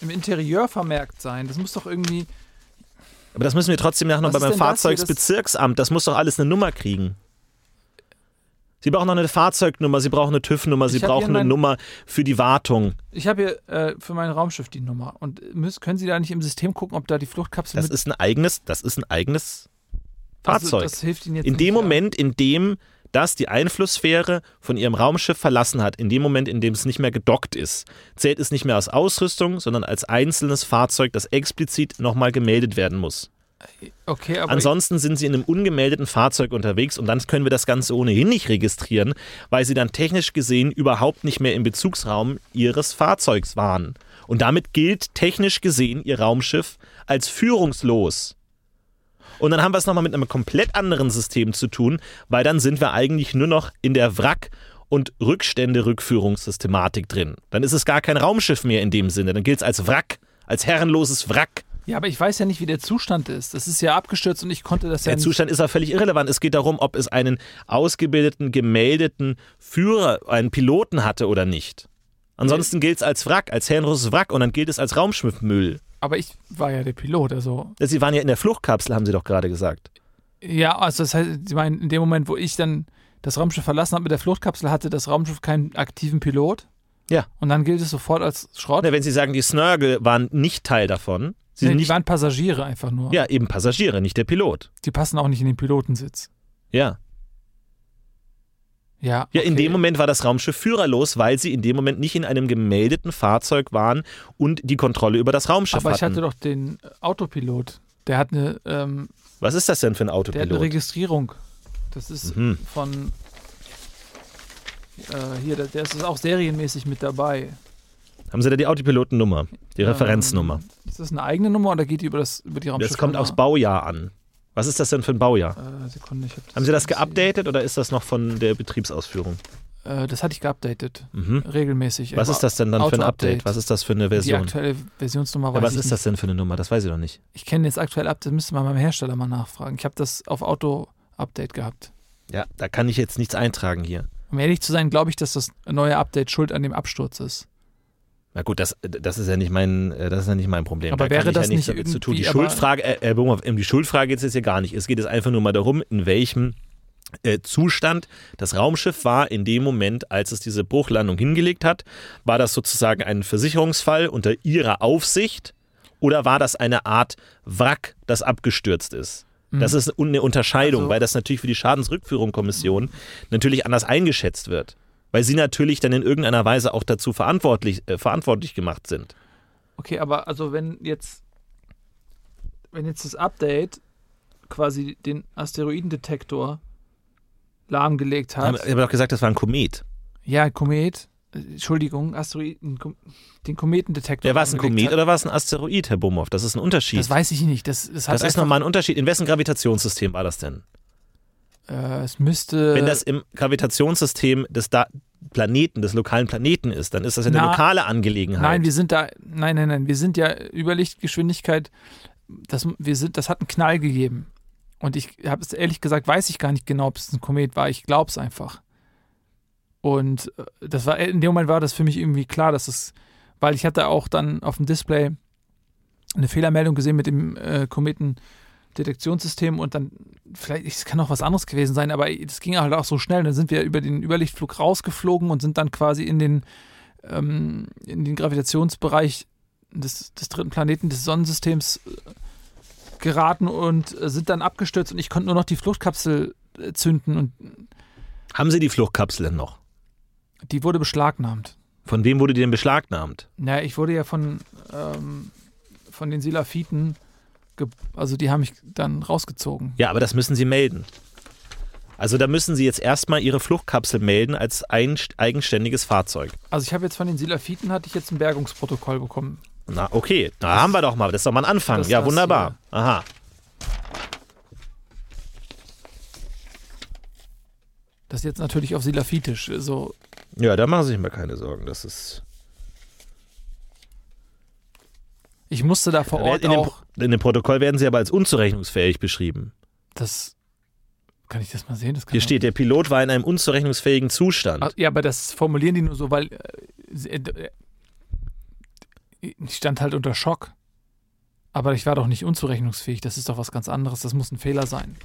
Speaker 4: im Interieur vermerkt sein. Das muss doch irgendwie.
Speaker 3: Aber das müssen wir trotzdem nachher noch
Speaker 4: Was
Speaker 3: bei
Speaker 4: ist
Speaker 3: meinem
Speaker 4: denn das hier? Das-
Speaker 3: Fahrzeugsbezirksamt. Das muss doch alles eine Nummer kriegen. Sie brauchen noch eine Fahrzeugnummer, Sie brauchen eine TÜV-Nummer, Sie
Speaker 4: Ich hab hier
Speaker 3: brauchen eine
Speaker 4: mein-
Speaker 3: Nummer für die Wartung.
Speaker 4: Ich habe hier äh, für mein Raumschiff die Nummer. Und müssen, können Sie da nicht im System gucken, ob da die Fluchtkapsel
Speaker 3: Das
Speaker 4: mit.
Speaker 3: ist ein eigenes, das ist ein eigenes Fahrzeug.
Speaker 4: Also, das hilft Ihnen jetzt
Speaker 3: in
Speaker 4: nicht,
Speaker 3: dem
Speaker 4: ja.
Speaker 3: Moment, in dem das die Einflusssphäre von ihrem Raumschiff verlassen hat, in dem Moment, in dem es nicht mehr gedockt ist, zählt es nicht mehr als Ausrüstung, sondern als einzelnes Fahrzeug, das explizit nochmal gemeldet werden muss.
Speaker 4: Okay, aber.
Speaker 3: Ansonsten sind sie in einem ungemeldeten Fahrzeug unterwegs und dann können wir das Ganze ohnehin nicht registrieren, weil sie dann technisch gesehen überhaupt nicht mehr im Bezugsraum ihres Fahrzeugs waren. Und damit gilt technisch gesehen ihr Raumschiff als führungslos. Und dann haben wir es nochmal mit einem komplett anderen System zu tun, weil dann sind wir eigentlich nur noch in der Wrack- und Rückstände-Rückführungssystematik drin. Dann ist es gar kein Raumschiff mehr in dem Sinne. Dann gilt es als Wrack, als herrenloses Wrack.
Speaker 4: ja, aber ich weiß ja nicht, wie der Zustand ist. Das ist ja abgestürzt und ich konnte das ja
Speaker 3: Der
Speaker 4: nicht.
Speaker 3: Zustand ist ja völlig irrelevant. Es geht darum, ob es einen ausgebildeten, gemeldeten Führer, einen Piloten hatte oder nicht. Ansonsten gilt es als Wrack, als herrenloses Wrack und dann gilt es als Raumschiffmüll.
Speaker 4: aber ich war ja der Pilot, also.
Speaker 3: Sie waren ja in der Fluchtkapsel, haben Sie doch gerade gesagt.
Speaker 4: Ja, also das heißt, Sie meinen, in dem Moment, wo ich dann das Raumschiff verlassen habe mit der Fluchtkapsel, hatte das Raumschiff keinen aktiven Pilot.
Speaker 3: Ja.
Speaker 4: Und dann gilt es sofort als Schrott.
Speaker 3: Na, wenn Sie sagen, die Snörgel waren nicht Teil davon, sie
Speaker 4: nee,
Speaker 3: sind
Speaker 4: die
Speaker 3: nicht,
Speaker 4: waren Passagiere einfach nur.
Speaker 3: ja, eben Passagiere, nicht der Pilot.
Speaker 4: Die passen auch nicht in den Pilotensitz.
Speaker 3: Ja.
Speaker 4: Ja,
Speaker 3: Ja, in
Speaker 4: okay.
Speaker 3: dem Moment war das Raumschiff führerlos, weil sie in dem Moment nicht in einem gemeldeten Fahrzeug waren und die Kontrolle über das Raumschiff
Speaker 4: Aber ich
Speaker 3: hatten.
Speaker 4: hatte doch den äh, Autopilot. Der hat eine, ähm,
Speaker 3: Was ist das denn für ein
Speaker 4: der hat eine
Speaker 3: Autopilot?
Speaker 4: Registrierung. Das ist
Speaker 3: Mhm.
Speaker 4: von äh, hier, der, der ist auch serienmäßig mit dabei.
Speaker 3: Haben Sie da die Autopilotennummer, die Referenznummer?
Speaker 4: Ähm, ist das eine eigene Nummer oder geht die über das über die Raumschiff?
Speaker 3: Das kommt aufs Baujahr an. Was ist das denn für ein Baujahr?
Speaker 4: äh, Sekunde, ich hab das
Speaker 3: Haben Sie das
Speaker 4: gesehen.
Speaker 3: geupdatet oder ist das noch von der Betriebsausführung?
Speaker 4: Äh, das hatte ich geupdatet.
Speaker 3: Mhm.
Speaker 4: Regelmäßig.
Speaker 3: Was
Speaker 4: Aber
Speaker 3: ist das denn dann für ein Update?
Speaker 4: Auto-Update.
Speaker 3: Was ist das für eine
Speaker 4: Die
Speaker 3: Version?
Speaker 4: aktuelle Versionsnummer weiß
Speaker 3: Ja, was
Speaker 4: ich
Speaker 3: ist
Speaker 4: nicht.
Speaker 3: das denn für eine Nummer? Das weiß ich doch nicht.
Speaker 4: Ich kenne jetzt aktuell Update, müsste man beim Hersteller mal nachfragen. Ich habe das auf Auto-Update gehabt.
Speaker 3: Ja, da kann ich jetzt nichts eintragen hier.
Speaker 4: Um ehrlich zu sein, glaube ich, dass das neue Update schuld an dem Absturz ist.
Speaker 3: Na gut, das, das ist ja nicht mein, äh, das ist ja nicht mein Problem.
Speaker 4: Aber
Speaker 3: da
Speaker 4: wäre
Speaker 3: kann ich
Speaker 4: das
Speaker 3: ja nichts
Speaker 4: nicht
Speaker 3: damit zu tun? Die
Speaker 4: irgendwie- aber-
Speaker 3: Schuldfrage, äh, Herr Bumhoff, um die Schuldfrage geht es jetzt hier gar nicht. Es geht jetzt einfach nur mal darum, in welchem äh, Zustand das Raumschiff war in dem Moment, als es diese Bruchlandung hingelegt hat. War das sozusagen ein Versicherungsfall unter Ihrer Aufsicht oder war das eine Art Wrack, das abgestürzt ist? Das ist un- eine Unterscheidung,
Speaker 4: Mhm. Also-
Speaker 3: weil das natürlich für die Schadensrückführungskommission natürlich anders eingeschätzt wird. Weil sie natürlich dann in irgendeiner Weise auch dazu verantwortlich, äh, verantwortlich gemacht sind.
Speaker 4: Okay, aber also wenn jetzt, wenn jetzt das Update quasi den Asteroidendetektor lahmgelegt
Speaker 3: Haben-
Speaker 4: hat.
Speaker 3: Ich habe doch gesagt, das war ein Komet.
Speaker 4: Ja, Komet. äh, Entschuldigung, Asteroiden, Kom den Kometendetektor.
Speaker 3: Ja, war es ein
Speaker 4: lahmgelegt
Speaker 3: Komet
Speaker 4: hat.
Speaker 3: oder war es ein Asteroid, Herr Bumhoff? Das ist ein Unterschied.
Speaker 4: Das weiß ich nicht. Das, das, hat
Speaker 3: das ist
Speaker 4: einfach-
Speaker 3: nochmal ein Unterschied. In wessen Gravitationssystem war das denn?
Speaker 4: Äh, es müsste.
Speaker 3: Wenn das im Gravitationssystem des da Planeten, des lokalen Planeten ist, dann ist das ja eine
Speaker 4: Na,
Speaker 3: lokale Angelegenheit.
Speaker 4: nein, wir sind da. Nein, nein, nein. Wir sind ja über Lichtgeschwindigkeit. Das, wir sind, das hat einen Knall gegeben. Und ich habe es ehrlich gesagt, weiß ich gar nicht genau, ob es ein Komet war. Ich glaube es einfach. Und äh, das war in dem Moment war das für mich irgendwie klar, dass es, weil ich hatte auch dann auf dem Display eine Fehlermeldung gesehen mit dem äh, Kometen Detektionssystem und dann, vielleicht, es kann auch was anderes gewesen sein, aber das ging halt auch so schnell. Dann sind wir über den Überlichtflug rausgeflogen und sind dann quasi in den, ähm, in den Gravitationsbereich des, des dritten Planeten des Sonnensystems äh, geraten und äh, sind dann abgestürzt und ich konnte nur noch die Fluchtkapsel äh, zünden und
Speaker 3: Haben Sie die Fluchtkapsel denn noch?
Speaker 4: die wurde beschlagnahmt.
Speaker 3: Von wem wurde die denn beschlagnahmt?
Speaker 4: Naja, ich wurde ja von, ähm, von den Silafiten, ge- also die haben mich dann rausgezogen.
Speaker 3: Ja, aber das müssen Sie melden. Also da müssen Sie jetzt erstmal Ihre Fluchtkapsel melden als ein eigenständiges Fahrzeug.
Speaker 4: Also ich habe jetzt von den Silafiten hatte ich jetzt ein Bergungsprotokoll bekommen.
Speaker 3: Na, okay. Da haben wir doch mal. Das ist doch mal ein Anfang.
Speaker 4: das
Speaker 3: Ja,
Speaker 4: war's
Speaker 3: wunderbar. Aha.
Speaker 4: Das ist jetzt natürlich auf Silafitisch. So,
Speaker 3: Ja, da machen Sie sich mal keine Sorgen. Das ist.
Speaker 4: ich musste da vor Ort
Speaker 3: in, dem,
Speaker 4: auch
Speaker 3: in dem Protokoll werden Sie aber als unzurechnungsfähig beschrieben.
Speaker 4: das. Kann ich das mal sehen? Das kann
Speaker 3: Hier
Speaker 4: man-
Speaker 3: steht, der Pilot war in einem unzurechnungsfähigen Zustand.
Speaker 4: Ah, Ja, aber das formulieren die nur so, weil äh, äh, ich stand halt unter Schock. Aber ich war doch nicht unzurechnungsfähig. Das ist doch was ganz anderes. Das muss ein Fehler sein.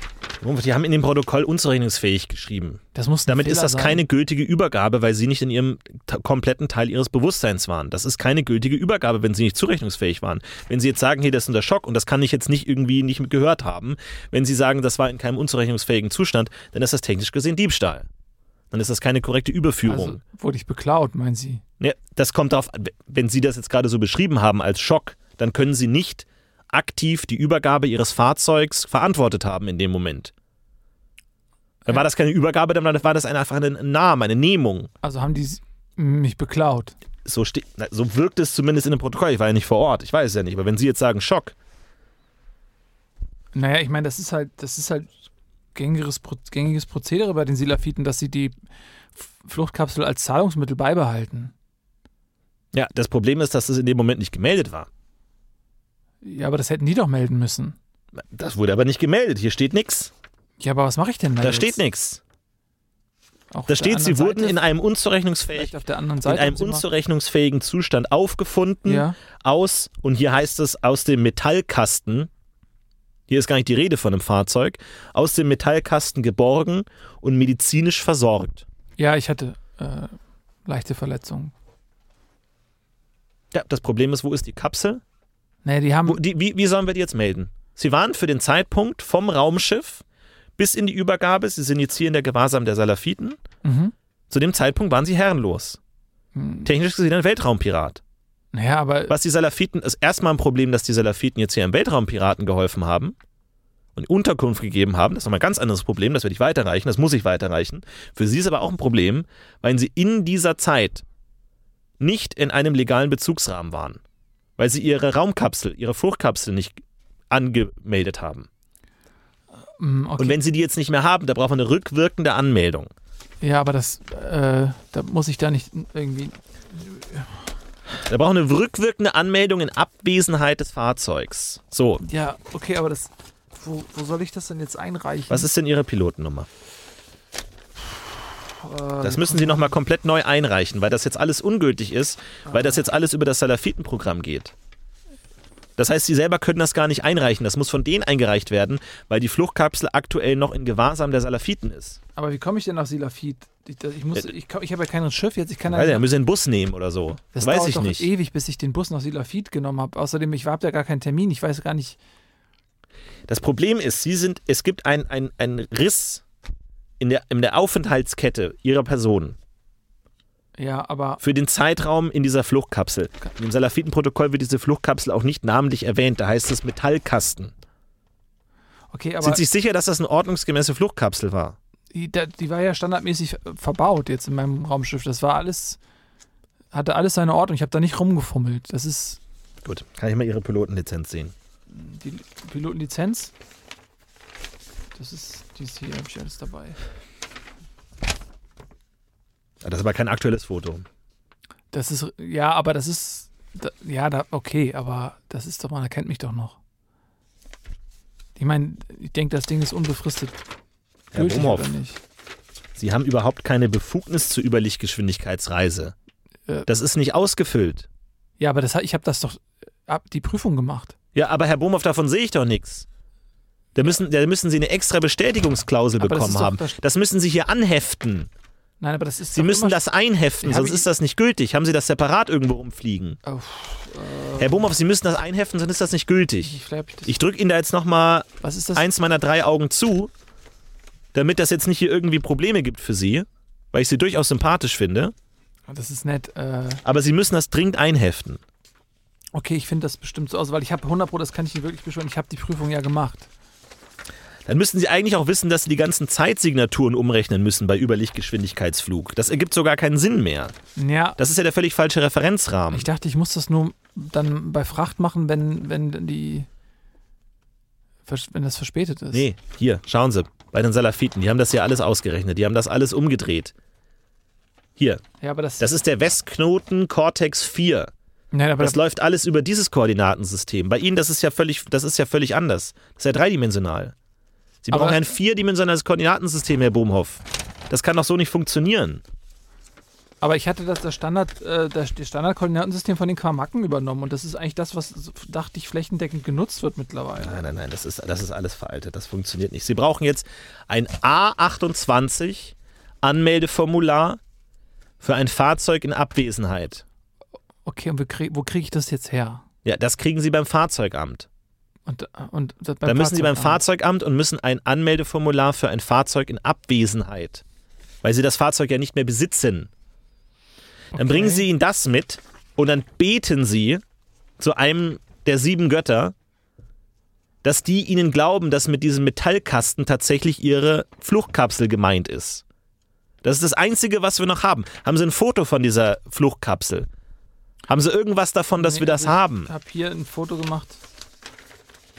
Speaker 3: Die haben in dem Protokoll unzurechnungsfähig geschrieben.
Speaker 4: Das muss ein
Speaker 3: Damit
Speaker 4: Fehler
Speaker 3: ist das
Speaker 4: sein.
Speaker 3: keine gültige Übergabe, weil sie nicht in ihrem t- kompletten Teil ihres Bewusstseins waren. Das ist keine gültige Übergabe, wenn sie nicht zurechnungsfähig waren. Wenn sie jetzt sagen, hier, das ist unter Schock und das kann ich jetzt nicht irgendwie nicht mit gehört haben, wenn sie sagen, das war in keinem unzurechnungsfähigen Zustand, dann ist das technisch gesehen Diebstahl. Dann ist das keine korrekte Überführung.
Speaker 4: Also wurde ich beklaut, meinen Sie?
Speaker 3: Ja, das kommt darauf an, wenn Sie das jetzt gerade so beschrieben haben als Schock, dann können Sie nicht aktiv die Übergabe Ihres Fahrzeugs verantwortet haben in dem Moment. Dann war das keine Übergabe, dann war das ein- einfach ein Name, eine Nehmung.
Speaker 4: Also haben die s- mich beklaut.
Speaker 3: So, ste- na, so wirkt es zumindest in dem Protokoll. Ich war ja nicht vor Ort, ich weiß es ja nicht. Aber wenn Sie jetzt sagen Schock,
Speaker 4: Naja, ich meine, das ist halt, das ist halt gängiges, Pro- gängiges Prozedere bei den Silafiten, dass sie die F- Fluchtkapsel als Zahlungsmittel beibehalten.
Speaker 3: ja, das Problem ist, dass es in dem Moment nicht gemeldet war.
Speaker 4: Ja, aber das hätten die doch melden müssen.
Speaker 3: Das wurde aber nicht gemeldet. Hier steht nichts.
Speaker 4: Ja, aber was mache ich denn da?
Speaker 3: Da
Speaker 4: jetzt?
Speaker 3: steht nichts.
Speaker 4: Auch auf
Speaker 3: Da
Speaker 4: der
Speaker 3: steht, Sie
Speaker 4: anderen
Speaker 3: wurden
Speaker 4: Seite,
Speaker 3: in einem unzurechnungsfähigen
Speaker 4: vielleicht auf der anderen
Speaker 3: in
Speaker 4: Seite
Speaker 3: einem
Speaker 4: haben sie mal-
Speaker 3: unzurechnungsfähigen Zustand aufgefunden,
Speaker 4: Ja.
Speaker 3: aus, und hier heißt es, aus dem Metallkasten, hier ist gar nicht die Rede von einem Fahrzeug, aus dem Metallkasten geborgen und medizinisch versorgt.
Speaker 4: Ja, ich hatte äh, leichte Verletzungen.
Speaker 3: Ja, das Problem ist, wo ist die Kapsel?
Speaker 4: Naja, die haben.
Speaker 3: Wo, die, wie, wie sollen wir die jetzt melden? Sie waren für den Zeitpunkt vom Raumschiff bis in die Übergabe, sie sind jetzt hier in der Gewahrsam der Salafiten,
Speaker 4: Mhm.
Speaker 3: zu dem Zeitpunkt waren sie herrenlos. Technisch gesehen ein Weltraumpirat.
Speaker 4: mm, Naja, aber
Speaker 3: Was die Salafiten, ist erstmal ein Problem, dass die Salafiten jetzt hier einem Weltraumpiraten geholfen haben und Unterkunft gegeben haben. Das ist nochmal ein ganz anderes Problem, das werde ich weiterreichen, das muss ich weiterreichen. Für sie ist aber auch ein Problem, weil sie in dieser Zeit nicht in einem legalen Bezugsrahmen waren. Weil sie ihre Raumkapsel, ihre Fruchtkapsel nicht angemeldet haben.
Speaker 4: mm, okay.
Speaker 3: Und wenn sie die jetzt nicht mehr haben, da braucht man eine rückwirkende Anmeldung.
Speaker 4: ja, aber das, äh, da muss ich da nicht irgendwie.
Speaker 3: Da braucht man eine rückwirkende Anmeldung in Abwesenheit des Fahrzeugs. So,
Speaker 4: Ja, okay, aber das. Wo, wo soll ich das denn jetzt einreichen?
Speaker 3: was ist denn Ihre Pilotennummer?
Speaker 4: Äh,
Speaker 3: Das müssen Sie nochmal komplett neu einreichen, weil das jetzt alles ungültig ist, weil das jetzt alles über das Salafitenprogramm geht. Das heißt, Sie selber können das gar nicht einreichen. Das muss von denen eingereicht werden, weil die Fluchtkapsel aktuell noch in Gewahrsam der Salafiten ist.
Speaker 4: aber wie komme ich denn nach Silafit? Ich, das- ich, muss,
Speaker 3: Ja,
Speaker 4: ich, komm- ich habe ja kein Schiff jetzt. Ich kann ja
Speaker 3: Weil da
Speaker 4: nicht-
Speaker 3: müssen Sie einen Bus nehmen oder so.
Speaker 4: das
Speaker 3: Weiß
Speaker 4: dauert
Speaker 3: ich
Speaker 4: doch eh.
Speaker 3: nicht.
Speaker 4: ewig, bis ich den Bus nach Silafit genommen habe. Außerdem, ich habe da gar keinen Termin. Ich weiß gar nicht.
Speaker 3: Das Problem ist, Sie sind, es gibt einen ein Riss in der, in der Aufenthaltskette Ihrer Person.
Speaker 4: Ja, aber.
Speaker 3: für den Zeitraum in dieser Fluchtkapsel. In dem Salafitenprotokoll wird diese Fluchtkapsel auch nicht namentlich erwähnt. Da heißt es Metallkasten.
Speaker 4: Okay, aber.
Speaker 3: Sind Sie sich sicher, dass das eine ordnungsgemäße Fluchtkapsel war?
Speaker 4: die, da- die war ja standardmäßig äh, verbaut jetzt in meinem Raumschiff. Das war alles, hatte alles seine Ordnung. Ich habe da nicht rumgefummelt. Das ist
Speaker 3: Gut, kann ich mal Ihre Pilotenlizenz sehen.
Speaker 4: die Pilotenlizenz. Das ist, die ist hier, habe ich alles dabei.
Speaker 3: Ah, Das ist aber kein aktuelles Foto.
Speaker 4: Das ist, ja, aber das ist, da, ja, da, okay, aber das ist doch, man erkennt mich doch noch. Ich meine, ich denke, das Ding ist unbefristet.
Speaker 3: Herr
Speaker 4: gültig,
Speaker 3: Brumhoff.
Speaker 4: oder nicht?
Speaker 3: Sie haben überhaupt keine Befugnis zur Überlichtgeschwindigkeitsreise.
Speaker 4: Äh.
Speaker 3: Das ist nicht ausgefüllt.
Speaker 4: Ja, aber das, hat- ich habe das doch, hab die Prüfung gemacht.
Speaker 3: Ja, aber Herr Bohmhoff, davon sehe ich doch nichts. Da müssen, da müssen sie eine extra Bestätigungsklausel
Speaker 4: Aber das
Speaker 3: bekommen
Speaker 4: ist doch-
Speaker 3: haben.
Speaker 4: das-
Speaker 3: Das müssen sie hier anheften.
Speaker 4: Nein, aber das ist.
Speaker 3: Sie
Speaker 4: doch
Speaker 3: müssen
Speaker 4: immer-
Speaker 3: das einheften,
Speaker 4: Ja,
Speaker 3: sonst
Speaker 4: aber ich-
Speaker 3: ist das nicht gültig. Haben Sie das separat irgendwo rumfliegen?
Speaker 4: Uff, äh,
Speaker 3: Herr Bumhoff, Sie müssen das einheften, sonst ist das nicht gültig.
Speaker 4: vielleicht hab ich das,
Speaker 3: Ich drücke Ihnen da jetzt nochmal
Speaker 4: was ist das?
Speaker 3: eins meiner drei Augen zu, damit das jetzt nicht hier irgendwie Probleme gibt für Sie, weil ich Sie durchaus sympathisch finde.
Speaker 4: Das ist nett. Äh,
Speaker 3: Aber Sie müssen das dringend einheften.
Speaker 4: okay, ich finde das bestimmt so aus, weil ich habe 100 Pro, das kann ich Ihnen wirklich beschwören. Ich habe die Prüfung ja gemacht.
Speaker 3: Dann müssten Sie eigentlich auch wissen, dass Sie die ganzen Zetsignaturen umrechnen müssen bei Überlichtgeschwindigkeitsflug. Das ergibt sogar keinen Sinn mehr.
Speaker 4: Ja,
Speaker 3: Das ist ja der völlig falsche Referenzrahmen.
Speaker 4: ich dachte, ich muss das nur dann bei Fracht machen, wenn, wenn die. vers- Wenn das verspätet ist.
Speaker 3: Nee, hier, schauen Sie, bei den Salafiten, die haben das hier alles ausgerechnet, die haben das alles umgedreht. Hier,
Speaker 4: Ja, aber das.
Speaker 3: das ist der Westknoten Cortex 4.
Speaker 4: nein, aber
Speaker 3: Das läuft alles über dieses Koordinatensystem. Bei Ihnen, das ist ja völlig, das ist ja völlig anders. Das ist ja dreidimensional. Sie
Speaker 4: Aber-
Speaker 3: brauchen ein vierdimensionales Koordinatensystem, Herr Bohmhoff. Das kann doch so nicht funktionieren.
Speaker 4: Aber ich hatte das, das Standard, äh, das, das Standardkoordinatensystem von den Quamacken übernommen und das ist eigentlich das, was so- dachte ich flächendeckend genutzt wird mittlerweile.
Speaker 3: Nein, nein, nein, das ist, das ist alles veraltet. Das funktioniert nicht. Sie brauchen jetzt ein A28 Anmeldeformular für ein Fahrzeug in Abwesenheit.
Speaker 4: Okay, und wir krieg, wo kriege ich das jetzt her?
Speaker 3: Ja, das kriegen Sie beim Fahrzeugamt.
Speaker 4: Und, äh, und das beim
Speaker 3: Da müssen Sie beim
Speaker 4: Fahrzeugamt.
Speaker 3: Fahrzeugamt und müssen ein Anmeldeformular für ein Fahrzeug in Abwesenheit, weil Sie das Fahrzeug ja nicht mehr besitzen. Dann
Speaker 4: Okay.
Speaker 3: bringen Sie ihnen das mit und dann beten Sie zu einem der sieben Götter, dass die Ihnen glauben, dass mit diesem Metallkasten tatsächlich Ihre Fluchtkapsel gemeint ist. Das ist das Einzige, was wir noch haben. Haben Sie ein Foto von dieser Fluchtkapsel? Haben Sie irgendwas davon, dass
Speaker 4: Nee,
Speaker 3: wir das
Speaker 4: also
Speaker 3: haben?
Speaker 4: Ich habe hier ein Foto gemacht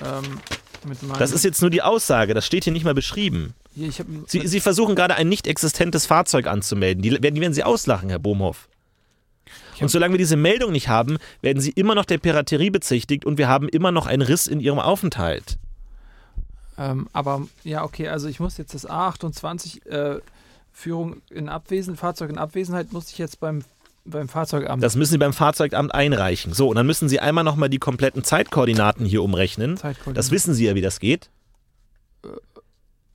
Speaker 4: ähm, mit meinem.
Speaker 3: Das ist jetzt nur die Aussage, das steht hier nicht mal beschrieben.
Speaker 4: hier, ich hab, ein-
Speaker 3: Sie, Sie versuchen gerade ein nicht existentes Fahrzeug anzumelden. Die werden, die werden Sie auslachen, Herr Bohmhoff. Und solange wir diese Meldung nicht haben, werden Sie immer noch der Piraterie bezichtigt und wir haben immer noch einen Riss in Ihrem Aufenthalt.
Speaker 4: ähm, aber ja, okay, also ich muss jetzt das A28 äh, Führung in Abwesen, Fahrzeug in Abwesenheit, muss ich jetzt beim, beim Fahrzeugamt.
Speaker 3: Das müssen Sie beim Fahrzeugamt einreichen. So, und dann müssen Sie einmal nochmal die kompletten Zeitkoordinaten hier umrechnen.
Speaker 4: Zeitkoordinaten. Äh,
Speaker 3: Das wissen Sie ja, wie das geht.
Speaker 4: ähm.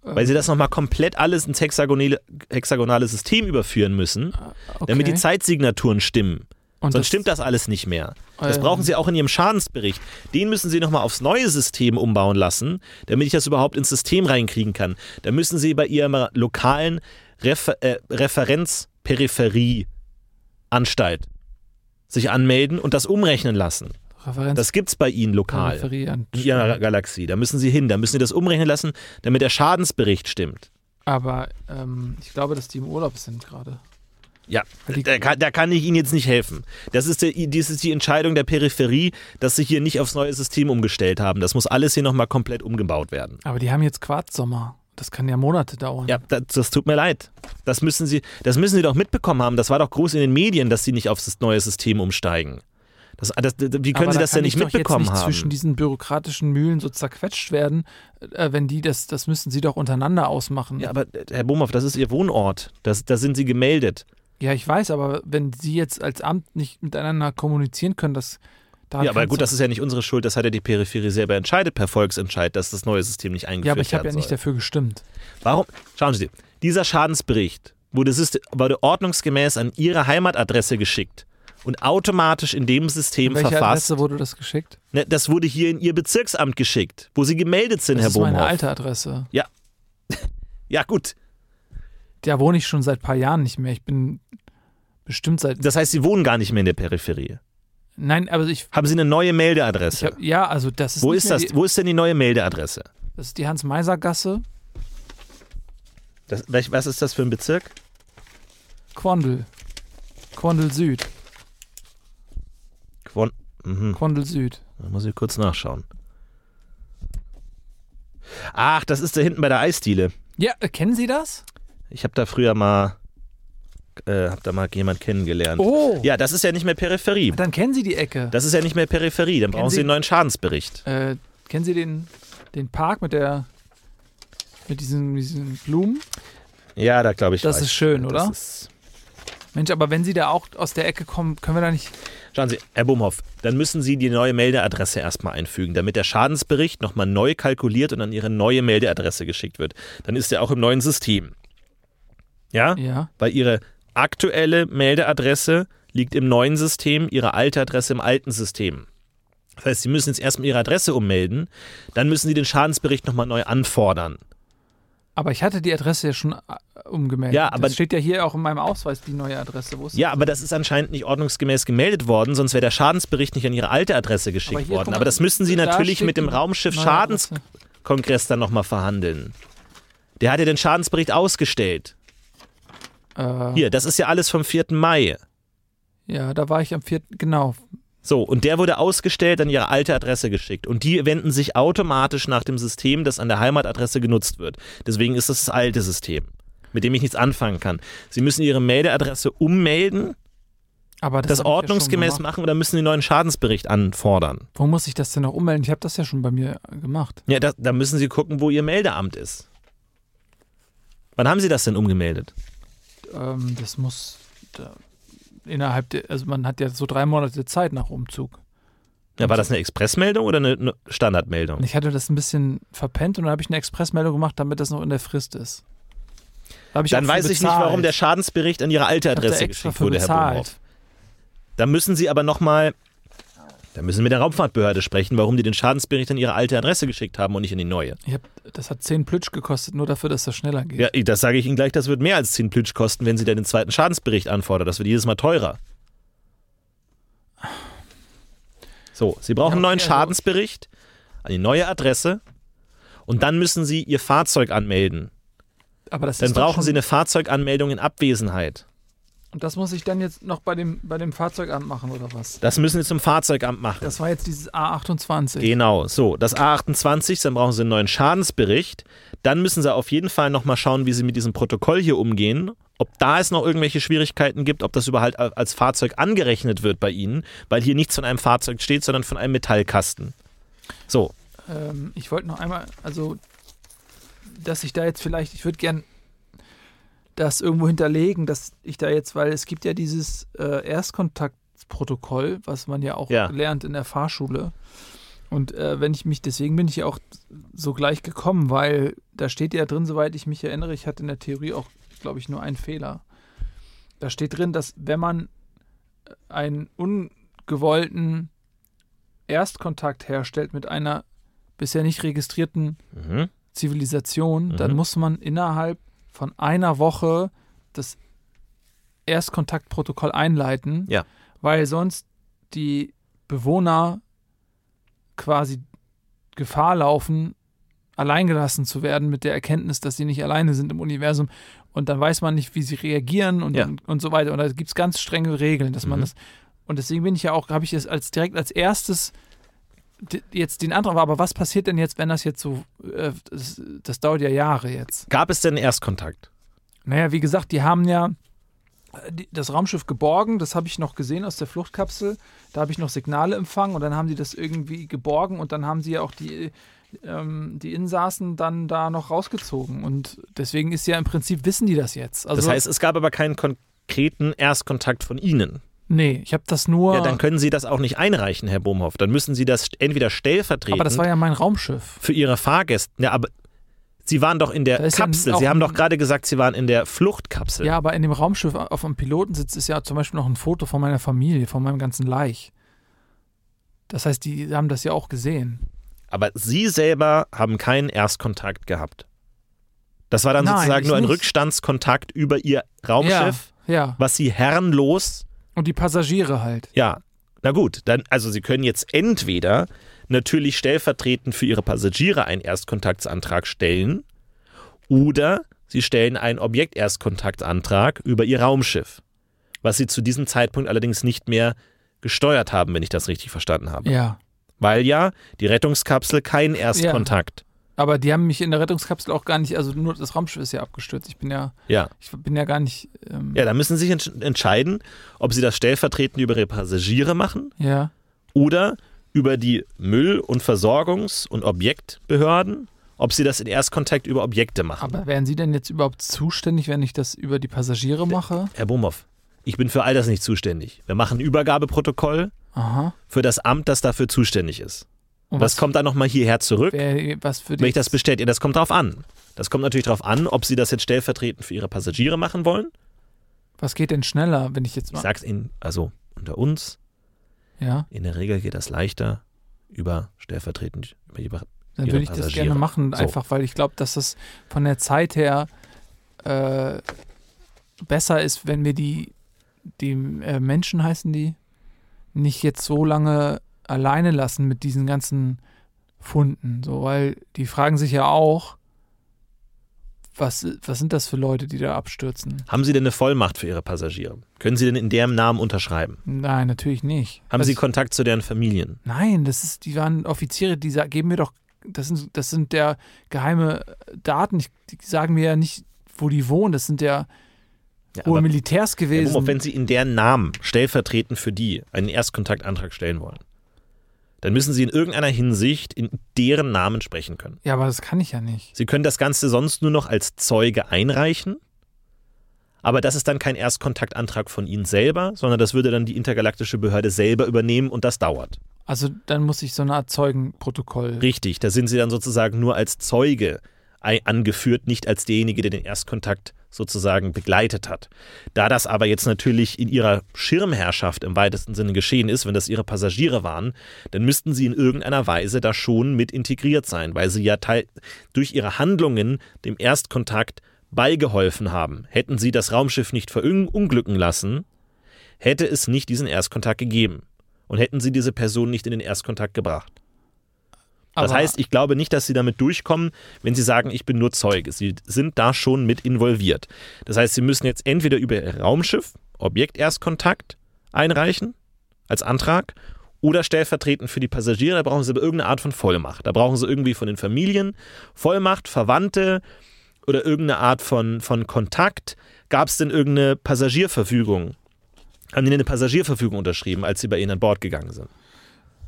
Speaker 3: Weil Sie das nochmal komplett alles ins hexagonale, hexagonale System überführen müssen,
Speaker 4: Ah, okay.
Speaker 3: damit die Zeitsignaturen stimmen.
Speaker 4: Und
Speaker 3: Sonst
Speaker 4: das-
Speaker 3: stimmt das alles nicht mehr. Das
Speaker 4: Ähm.
Speaker 3: brauchen Sie auch in Ihrem Schadensbericht. Den müssen Sie nochmal aufs neue System umbauen lassen, damit ich das überhaupt ins System reinkriegen kann. Da müssen Sie bei Ihrer lokalen Refer äh, Referenzperipherieanstalt sich anmelden und das umrechnen lassen.
Speaker 4: Referenz
Speaker 3: Das gibt's bei Ihnen lokal
Speaker 4: Peripherie an.
Speaker 3: in Ihrer Galaxie. Da müssen Sie hin, da müssen Sie das umrechnen lassen, damit der Schadensbericht stimmt.
Speaker 4: Aber ähm, ich glaube, dass die im Urlaub sind gerade.
Speaker 3: Ja,
Speaker 4: Die-
Speaker 3: da kann, da kann ich Ihnen jetzt nicht helfen. Das ist, der, dies ist die Entscheidung der Peripherie, dass Sie hier nicht aufs neue System umgestellt haben. Das muss alles hier nochmal komplett umgebaut werden.
Speaker 4: Aber die haben jetzt Quarzsommer. Das kann ja Monate dauern.
Speaker 3: Ja, das, das tut mir leid. Das müssen, Sie, das müssen Sie doch mitbekommen haben. Das war doch groß in den Medien, dass Sie nicht auf das neue System umsteigen. Das, das, das, wie können
Speaker 4: Aber
Speaker 3: Sie
Speaker 4: da
Speaker 3: das denn
Speaker 4: kann
Speaker 3: nicht
Speaker 4: ich doch
Speaker 3: mitbekommen
Speaker 4: jetzt nicht zwischen
Speaker 3: haben?
Speaker 4: diesen bürokratischen Mühlen so zerquetscht werden, äh, wenn die das, das müssen sie doch untereinander ausmachen.
Speaker 3: Ja, aber äh, Herr Bumhoff, das ist Ihr Wohnort. Das, da sind Sie gemeldet.
Speaker 4: Ja, ich weiß, aber wenn sie jetzt als Amt nicht miteinander kommunizieren können, das daran
Speaker 3: Ja, aber
Speaker 4: kann's
Speaker 3: gut,
Speaker 4: doch-
Speaker 3: das ist ja nicht unsere Schuld. Das hat ja die Peripherie selber entscheidet per Volksentscheid, dass das neue System nicht eingeführt
Speaker 4: ja, aber ich habe
Speaker 3: werden
Speaker 4: ja nicht
Speaker 3: soll.
Speaker 4: dafür gestimmt.
Speaker 3: Warum? Schauen Sie, dieser Schadensbericht wurde, syst- wurde ordnungsgemäß an Ihre Heimatadresse geschickt und automatisch in dem System
Speaker 4: Welche
Speaker 3: verfasst.
Speaker 4: Adresse wurde das geschickt?
Speaker 3: Ne, das wurde hier in Ihr Bezirksamt geschickt, wo Sie gemeldet sind,
Speaker 4: Das
Speaker 3: Herr
Speaker 4: ist meine
Speaker 3: Bohmhoff.
Speaker 4: alte Adresse.
Speaker 3: Ja gut,
Speaker 4: Da wohne ich schon seit paar Jahren nicht mehr. Ich bin bestimmt seit.
Speaker 3: das heißt, Sie wohnen gar nicht mehr in der Peripherie.
Speaker 4: Nein, aber ich.
Speaker 3: Haben Sie eine neue
Speaker 4: ich
Speaker 3: Meldeadresse?
Speaker 4: hab, ja, also das ist.
Speaker 3: Wo
Speaker 4: nicht
Speaker 3: ist
Speaker 4: mehr
Speaker 3: das?
Speaker 4: Die,
Speaker 3: Wo ist denn die neue Meldeadresse?
Speaker 4: das ist die Hans-Meiser-Gasse.
Speaker 3: Das, welch- was ist das für ein Bezirk?
Speaker 4: Quandel. Quandel Süd.
Speaker 3: Quon mhm.
Speaker 4: Quandel Süd.
Speaker 3: Da muss ich kurz nachschauen. Ach, das ist da hinten bei der Eisdiele.
Speaker 4: Ja, äh, kennen Sie das?
Speaker 3: Ich habe da früher mal, äh, hab da mal jemand kennengelernt.
Speaker 4: Oh!
Speaker 3: Ja, das ist ja nicht mehr Peripherie.
Speaker 4: Dann kennen Sie die Ecke.
Speaker 3: Das ist ja nicht mehr Peripherie. Dann brauchen Sie
Speaker 4: Sie-
Speaker 3: einen neuen Schadensbericht.
Speaker 4: Äh, kennen Sie den, den Park mit der. mit diesen, diesen Blumen?
Speaker 3: Ja, da glaube ich.
Speaker 4: Das
Speaker 3: weiß
Speaker 4: ist schön,
Speaker 3: ich.
Speaker 4: oder?
Speaker 3: ist
Speaker 4: Mensch, aber wenn Sie da auch aus der Ecke kommen, können wir da nicht.
Speaker 3: Schauen Sie, Herr Bumhoff, dann müssen Sie die neue Meldeadresse erstmal einfügen, damit der Schadensbericht nochmal neu kalkuliert und an Ihre neue Meldeadresse geschickt wird. Dann ist er auch im neuen System. Ja?
Speaker 4: Ja.
Speaker 3: Weil Ihre aktuelle Meldeadresse liegt im neuen System, Ihre alte Adresse im alten System. Das heißt, Sie müssen jetzt erstmal Ihre Adresse ummelden, dann müssen Sie den Schadensbericht nochmal neu anfordern.
Speaker 4: Aber ich hatte die Adresse ja schon äh, umgemeldet.
Speaker 3: Ja, aber-
Speaker 4: das steht ja hier auch in meinem Ausweis die neue Adresse. Wo ist
Speaker 3: Ja, aber das ist anscheinend nicht ordnungsgemäß gemeldet worden, sonst wäre der Schadensbericht nicht an Ihre alte Adresse geschickt
Speaker 4: hier, guck
Speaker 3: worden.
Speaker 4: mal,
Speaker 3: Aber das müssen Sie
Speaker 4: da
Speaker 3: natürlich
Speaker 4: steht
Speaker 3: mit dem
Speaker 4: die
Speaker 3: Raumschiff
Speaker 4: neue
Speaker 3: Schadens
Speaker 4: Adresse.
Speaker 3: Kongress dann nochmal verhandeln. Der hat ja den Schadensbericht ausgestellt.
Speaker 4: Äh,
Speaker 3: Hier, das ist ja alles vom 4. Mai.
Speaker 4: ja, da war ich am 4. Genau.
Speaker 3: So, und der wurde ausgestellt, an ihre alte Adresse geschickt. Und die wenden sich automatisch nach dem System, das an der Heimatadresse genutzt wird. Deswegen ist das das alte System, mit dem ich nichts anfangen kann. Sie müssen ihre Meldeadresse ummelden,
Speaker 4: Aber das,
Speaker 3: das,
Speaker 4: hab ich ja schon
Speaker 3: ordnungsgemäß
Speaker 4: gemacht.
Speaker 3: machen oder müssen den neuen Schadensbericht anfordern.
Speaker 4: Wo muss ich das denn noch ummelden? Ich habe das ja schon bei mir gemacht.
Speaker 3: Ja, da, da müssen Sie gucken, wo Ihr Meldeamt ist. Wann haben Sie das denn umgemeldet?
Speaker 4: Ähm, das muss da, innerhalb der, also man hat ja so drei Monate Zeit nach Umzug.
Speaker 3: Ja, war das eine Expressmeldung oder eine, eine Standardmeldung?
Speaker 4: Und ich hatte das ein bisschen verpennt und dann habe ich eine Expressmeldung gemacht, damit das noch in der Frist ist. Da hab ich
Speaker 3: Dann
Speaker 4: auch für
Speaker 3: weiß ich nicht,
Speaker 4: bezahlt.
Speaker 3: warum der Schadensbericht an Ihre alte
Speaker 4: Ich hab da
Speaker 3: Adresse
Speaker 4: extra
Speaker 3: geschickt
Speaker 4: für
Speaker 3: wurde, Herr Blumhoff.
Speaker 4: bezahlt.
Speaker 3: Da müssen Sie aber nochmal, da müssen Sie mit der Raumfahrtbehörde sprechen, warum die den Schadensbericht an Ihre alte Adresse geschickt haben und nicht an die neue.
Speaker 4: Ich hab, das hat 10 Plütsch gekostet, nur dafür, dass das schneller geht.
Speaker 3: Ja, das sage ich Ihnen gleich, das wird mehr als 10 Plütsch kosten, wenn Sie dann den zweiten Schadensbericht anfordern. Das wird jedes Mal teurer. So, Sie brauchen einen
Speaker 4: Ja, okay,
Speaker 3: neuen
Speaker 4: also-
Speaker 3: Schadensbericht an die neue Adresse und dann müssen Sie Ihr Fahrzeug anmelden.
Speaker 4: Aber das
Speaker 3: Dann
Speaker 4: ist doch
Speaker 3: brauchen
Speaker 4: schon,
Speaker 3: Sie eine Fahrzeuganmeldung in Abwesenheit.
Speaker 4: Und das muss ich dann jetzt noch bei dem, bei dem Fahrzeugamt machen, oder was?
Speaker 3: Das müssen Sie zum Fahrzeugamt machen.
Speaker 4: Das war jetzt dieses A28.
Speaker 3: genau, so. Das A28, dann brauchen Sie einen neuen Schadensbericht. Dann müssen Sie auf jeden Fall nochmal schauen, wie Sie mit diesem Protokoll hier umgehen. Ob da es noch irgendwelche Schwierigkeiten gibt, ob das überhaupt als Fahrzeug angerechnet wird bei Ihnen, weil hier nichts von einem Fahrzeug steht, sondern von einem Metallkasten. So,
Speaker 4: Ähm, ich wollte noch einmal, also, dass ich da jetzt vielleicht, ich würde gern das irgendwo hinterlegen, dass ich da jetzt, weil es gibt ja dieses äh, Erstkontaktprotokoll, was man ja auch
Speaker 3: Ja.
Speaker 4: lernt in der Fahrschule. Und äh, wenn ich mich, deswegen bin ich ja auch so gleich gekommen, weil da steht ja drin, soweit ich mich erinnere, ich hatte in der Theorie auch, glaube ich, nur einen Fehler. Da steht drin, dass wenn man äh, einen ungewollten Erstkontakt herstellt mit einer bisher nicht registrierten
Speaker 3: mhm.
Speaker 4: Zivilisation, dann
Speaker 3: Mhm.
Speaker 4: muss man innerhalb von einer Woche das Erstkontaktprotokoll einleiten,
Speaker 3: Ja.
Speaker 4: weil sonst die Bewohner quasi Gefahr laufen, alleingelassen zu werden mit der Erkenntnis, dass sie nicht alleine sind im Universum und dann weiß man nicht, wie sie reagieren und,
Speaker 3: Ja.
Speaker 4: und, und so weiter. Und da gibt es ganz strenge Regeln, dass man
Speaker 3: Mhm.
Speaker 4: das. Und deswegen bin ich ja auch, habe ich das als direkt als erstes d- jetzt den Antrag, aber was passiert denn jetzt, wenn das jetzt so, äh, das, das dauert ja Jahre jetzt.
Speaker 3: gab es denn einen Erstkontakt?
Speaker 4: Naja, wie gesagt, die haben ja äh, die- das Raumschiff geborgen, das habe ich noch gesehen aus der Fluchtkapsel, da habe ich noch Signale empfangen und dann haben die das irgendwie geborgen und dann haben sie ja auch die, ähm, die Insassen dann da noch rausgezogen und deswegen ist ja im Prinzip, wissen die das jetzt. Also,
Speaker 3: Das heißt, es gab aber keinen konkreten Erstkontakt von Ihnen.
Speaker 4: nee, ich habe das nur,
Speaker 3: Ja, dann können Sie das auch nicht einreichen, Herr Bohmhoff. Dann müssen Sie das entweder stellvertretend
Speaker 4: aber das war ja mein Raumschiff.
Speaker 3: für ihre Fahrgäste. Ja, aber sie waren doch in
Speaker 4: Da
Speaker 3: der
Speaker 4: ist ja
Speaker 3: Kapsel.
Speaker 4: auch
Speaker 3: sie haben
Speaker 4: ein-
Speaker 3: doch gerade gesagt, sie waren in der Fluchtkapsel.
Speaker 4: Ja, aber in dem Raumschiff auf dem Pilotensitz ist ja zum Beispiel noch ein Foto von meiner Familie, von meinem ganzen Laich. Das heißt, die haben das ja auch gesehen.
Speaker 3: Aber sie selber haben keinen Erstkontakt gehabt. Das war dann
Speaker 4: Nein,
Speaker 3: sozusagen
Speaker 4: ich
Speaker 3: nur ein
Speaker 4: nicht.
Speaker 3: Rückstandskontakt über ihr Raumschiff,
Speaker 4: Ja, ja.
Speaker 3: was sie herrenlos.
Speaker 4: Und die Passagiere halt.
Speaker 3: Ja, na gut, dann also sie können jetzt entweder natürlich stellvertretend für ihre Passagiere einen Erstkontaktsantrag stellen oder sie stellen einen Objekterstkontaktantrag über ihr Raumschiff, was sie zu diesem Zeitpunkt allerdings nicht mehr gesteuert haben, wenn ich das richtig verstanden habe.
Speaker 4: Ja.
Speaker 3: Weil ja die Rettungskapsel keinen Erstkontakt.
Speaker 4: Aber die haben mich in der Rettungskapsel auch gar nicht, also nur das Raumschiff ist ja abgestürzt. Ich bin ja,
Speaker 3: Ja.
Speaker 4: ich bin ja gar nicht, ähm,
Speaker 3: Ja, da müssen sie sich entsch- entscheiden, ob sie das stellvertretend über ihre Passagiere machen
Speaker 4: ja.
Speaker 3: oder über die Müll- und Versorgungs- und Objektbehörden, ob sie das in Erstkontakt über Objekte machen.
Speaker 4: Aber wären Sie denn jetzt überhaupt zuständig, wenn ich das über die Passagiere mache?
Speaker 3: Herr Bumhoff, ich bin für all das nicht zuständig. Wir machen ein Übergabeprotokoll
Speaker 4: Aha.
Speaker 3: für das Amt, das dafür zuständig ist.
Speaker 4: Und
Speaker 3: das kommt dann nochmal hierher zurück,
Speaker 4: wer, was für
Speaker 3: wenn
Speaker 4: die,
Speaker 3: ich das bestellt. Ja, das kommt drauf an. Das kommt natürlich drauf an, ob Sie das jetzt stellvertretend für Ihre Passagiere machen wollen.
Speaker 4: Was geht denn schneller, wenn ich jetzt
Speaker 3: Ich
Speaker 4: mal.
Speaker 3: sag's Ihnen, also unter uns,
Speaker 4: ja,
Speaker 3: in der Regel geht das leichter über stellvertretend über Ihre
Speaker 4: dann
Speaker 3: ihre
Speaker 4: würde ich das
Speaker 3: Passagiere.
Speaker 4: gerne machen,
Speaker 3: So.
Speaker 4: einfach weil ich glaube, dass das von der Zeit her äh, besser ist, wenn wir die, die äh, Menschen heißen die, nicht jetzt so lange alleine lassen mit diesen ganzen Funden. So, weil die fragen sich ja auch, was, was sind das für Leute, die da abstürzen?
Speaker 3: Haben Sie denn eine Vollmacht für Ihre Passagiere? Können Sie denn in deren Namen unterschreiben?
Speaker 4: Nein, natürlich nicht. Also
Speaker 3: Haben
Speaker 4: das,
Speaker 3: Sie Kontakt zu deren Familien?
Speaker 4: Nein, das ist, die waren Offiziere, die sa- geben mir doch, das sind, das sind der geheime äh, Daten. Ich, die sagen mir ja nicht, wo die wohnen. Das sind ja
Speaker 3: Ja,
Speaker 4: hohe
Speaker 3: aber,
Speaker 4: Militärs
Speaker 3: Herr
Speaker 4: gewesen.
Speaker 3: Bumhoff, wenn Sie in deren Namen stellvertretend für die einen Erstkontaktantrag stellen wollen, dann müssen Sie in irgendeiner Hinsicht in deren Namen sprechen können.
Speaker 4: ja, aber das kann ich ja nicht.
Speaker 3: Sie können das Ganze sonst nur noch als Zeuge einreichen, aber das ist dann kein Erstkontaktantrag von Ihnen selber, sondern das würde dann die intergalaktische Behörde selber übernehmen und das dauert.
Speaker 4: Also dann muss ich so eine Art Zeugenprotokoll.
Speaker 3: Richtig, da sind Sie dann sozusagen nur als Zeuge ei- angeführt, nicht als derjenige, der den Erstkontakt sozusagen begleitet hat. Da das aber jetzt natürlich in Ihrer Schirmherrschaft im weitesten Sinne geschehen ist, wenn das Ihre Passagiere waren, dann müssten Sie in irgendeiner Weise da schon mit integriert sein, weil Sie ja teil durch Ihre Handlungen dem Erstkontakt beigeholfen haben. Hätten Sie das Raumschiff nicht verunglücken lassen, hätte es nicht diesen Erstkontakt gegeben und hätten Sie diese Person nicht in den Erstkontakt gebracht. Das
Speaker 4: Aber-
Speaker 3: heißt, ich glaube nicht, dass sie damit durchkommen, wenn sie sagen, ich bin nur Zeuge. Sie sind da schon mit involviert. Das heißt, sie müssen jetzt entweder über ihr Raumschiff Objekterstkontakt einreichen als Antrag oder stellvertretend für die Passagiere. Da brauchen sie aber irgendeine Art von Vollmacht. Da brauchen sie irgendwie von den Familien Vollmacht, Verwandte oder irgendeine Art von, von Kontakt. Gab es denn irgendeine Passagierverfügung? Haben die denn eine Passagierverfügung unterschrieben, als sie bei ihnen an Bord gegangen sind?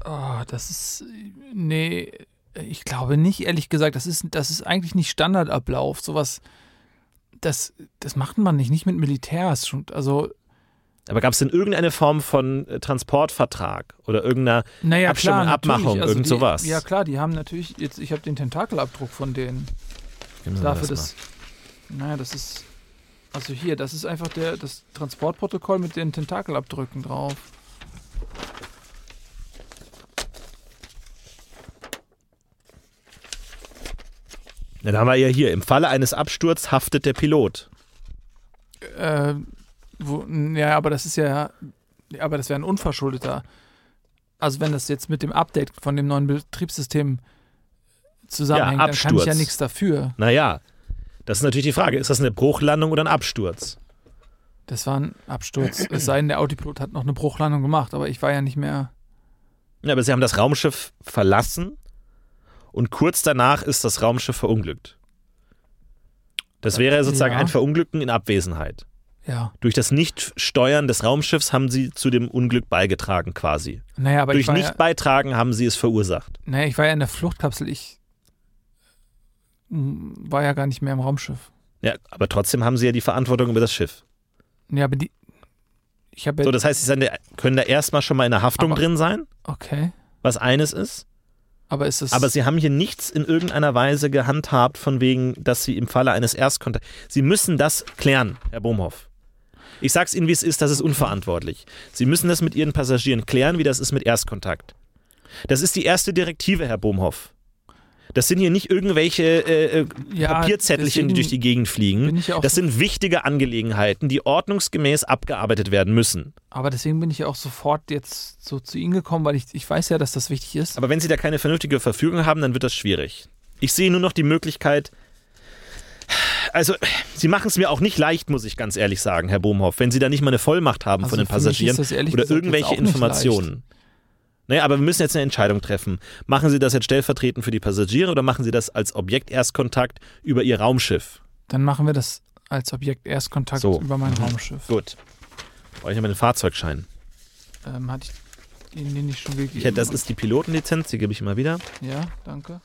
Speaker 4: Oh, das ist. Nee, ich glaube nicht, ehrlich gesagt. Das ist, das ist eigentlich nicht Standardablauf. Sowas. Das, das macht man nicht, nicht mit Militärs. Schon, also,
Speaker 3: Aber gab es denn irgendeine Form von äh, Transportvertrag oder irgendeiner
Speaker 4: naja,
Speaker 3: Abstimmung,
Speaker 4: klar, natürlich.
Speaker 3: Abmachung,
Speaker 4: also
Speaker 3: irgend
Speaker 4: die,
Speaker 3: sowas?
Speaker 4: Ja, klar, die haben natürlich. Jetzt, ich habe den Tentakelabdruck von denen. Dafür das. Naja, das ist. Also hier, das ist einfach der, das Transportprotokoll mit den Tentakelabdrücken drauf.
Speaker 3: Ja, da haben wir ja hier. Im Falle eines Absturzes haftet der Pilot.
Speaker 4: Äh, wo, ja, aber das ist ja, ja, aber das wäre ein unverschuldeter. Also wenn das jetzt mit dem Update von dem neuen Betriebssystem zusammenhängt,
Speaker 3: Ja,
Speaker 4: dann kann ich ja
Speaker 3: Absturz.
Speaker 4: nichts dafür.
Speaker 3: Naja, das ist natürlich die Frage. Ist das eine Bruchlandung oder ein Absturz?
Speaker 4: Das war ein Absturz. es sei denn, der Autopilot hat noch eine Bruchlandung gemacht, aber ich war ja nicht mehr.
Speaker 3: Ja, aber sie haben das Raumschiff verlassen und kurz danach ist das Raumschiff verunglückt. Das wäre sozusagen
Speaker 4: Ja.
Speaker 3: ein Verunglücken in Abwesenheit.
Speaker 4: Ja.
Speaker 3: Durch das Nichtsteuern des Raumschiffs haben sie zu dem Unglück beigetragen quasi.
Speaker 4: Naja, aber ich
Speaker 3: Durch
Speaker 4: war, ja,
Speaker 3: Nichtbeitragen haben sie es verursacht.
Speaker 4: naja, ich war ja in der Fluchtkapsel. Ich mm, war ja gar nicht mehr im Raumschiff.
Speaker 3: Ja, aber trotzdem haben sie ja die Verantwortung über das Schiff.
Speaker 4: Ja, aber die. Ich habe
Speaker 3: So,
Speaker 4: ja.
Speaker 3: das heißt, sie sind, ja- können da erstmal schon mal in der Haftung
Speaker 4: Aber-
Speaker 3: drin sein,
Speaker 4: Okay.
Speaker 3: was eines ist.
Speaker 4: Aber ist das.
Speaker 3: Aber sie haben hier nichts in irgendeiner Weise gehandhabt, von wegen, dass sie im Falle eines Erstkontakts. Sie müssen das klären, Herr Bohmhoff. Ich sag's Ihnen, wie es ist, das ist unverantwortlich. Sie müssen das mit Ihren Passagieren klären, wie das ist mit Erstkontakt. Das ist die erste Direktive, Herr Bohmhoff. Das sind hier nicht irgendwelche äh, äh,
Speaker 4: Ja,
Speaker 3: Papierzettelchen, die
Speaker 4: deswegen
Speaker 3: durch die Gegend
Speaker 4: bin
Speaker 3: fliegen.
Speaker 4: ich ja auch
Speaker 3: Das
Speaker 4: so-
Speaker 3: sind wichtige Angelegenheiten, die ordnungsgemäß abgearbeitet werden müssen.
Speaker 4: Aber deswegen bin ich ja auch sofort jetzt so zu Ihnen gekommen, weil ich, ich weiß ja, dass das wichtig ist.
Speaker 3: Aber wenn sie da keine vernünftige Verfügung haben, dann wird das schwierig. Ich sehe nur noch die Möglichkeit. Also, sie machen es mir auch nicht leicht, muss ich ganz ehrlich sagen, Herr Bohmhoff, wenn sie da nicht mal eine Vollmacht haben
Speaker 4: Also
Speaker 3: von den
Speaker 4: für mich ist
Speaker 3: Passagieren
Speaker 4: das ehrlich
Speaker 3: oder
Speaker 4: gesagt jetzt
Speaker 3: irgendwelche
Speaker 4: auch nicht
Speaker 3: Informationen. Naja, aber wir müssen jetzt eine Entscheidung treffen. Machen Sie das jetzt stellvertretend für die Passagiere oder machen Sie das als Objekt-Erstkontakt über Ihr Raumschiff?
Speaker 4: Dann machen wir das als Objekt Erstkontakt
Speaker 3: So.
Speaker 4: über mein Raumschiff.
Speaker 3: Gut. Brauche ich ja meinen Fahrzeugschein.
Speaker 4: Ähm, hatte ich Ihnen den nicht schon gegeben?
Speaker 3: Ich hätte, das ist die Pilotenlizenz, die gebe ich immer wieder.
Speaker 4: Ja, danke.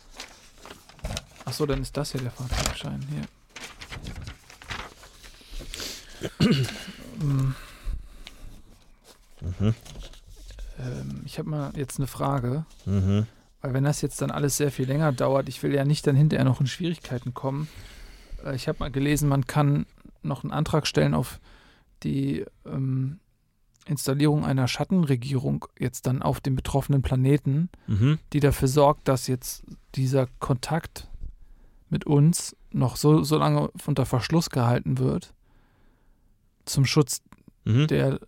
Speaker 4: Achso, dann ist das hier der Fahrzeugschein. Hier. (clears throat) Ähm, Ähm, ich habe mal jetzt eine Frage,
Speaker 3: Mhm.
Speaker 4: weil wenn das jetzt dann alles sehr viel länger dauert, ich will ja nicht dann hinterher noch in Schwierigkeiten kommen. Äh, ich habe mal gelesen, man kann noch einen Antrag stellen auf die ähm, Installierung einer Schattenregierung jetzt dann auf dem betroffenen Planeten.
Speaker 3: Mhm.
Speaker 4: die dafür sorgt, dass jetzt dieser Kontakt mit uns noch so, so lange unter Verschluss gehalten wird, zum Schutz
Speaker 3: Mhm.
Speaker 4: der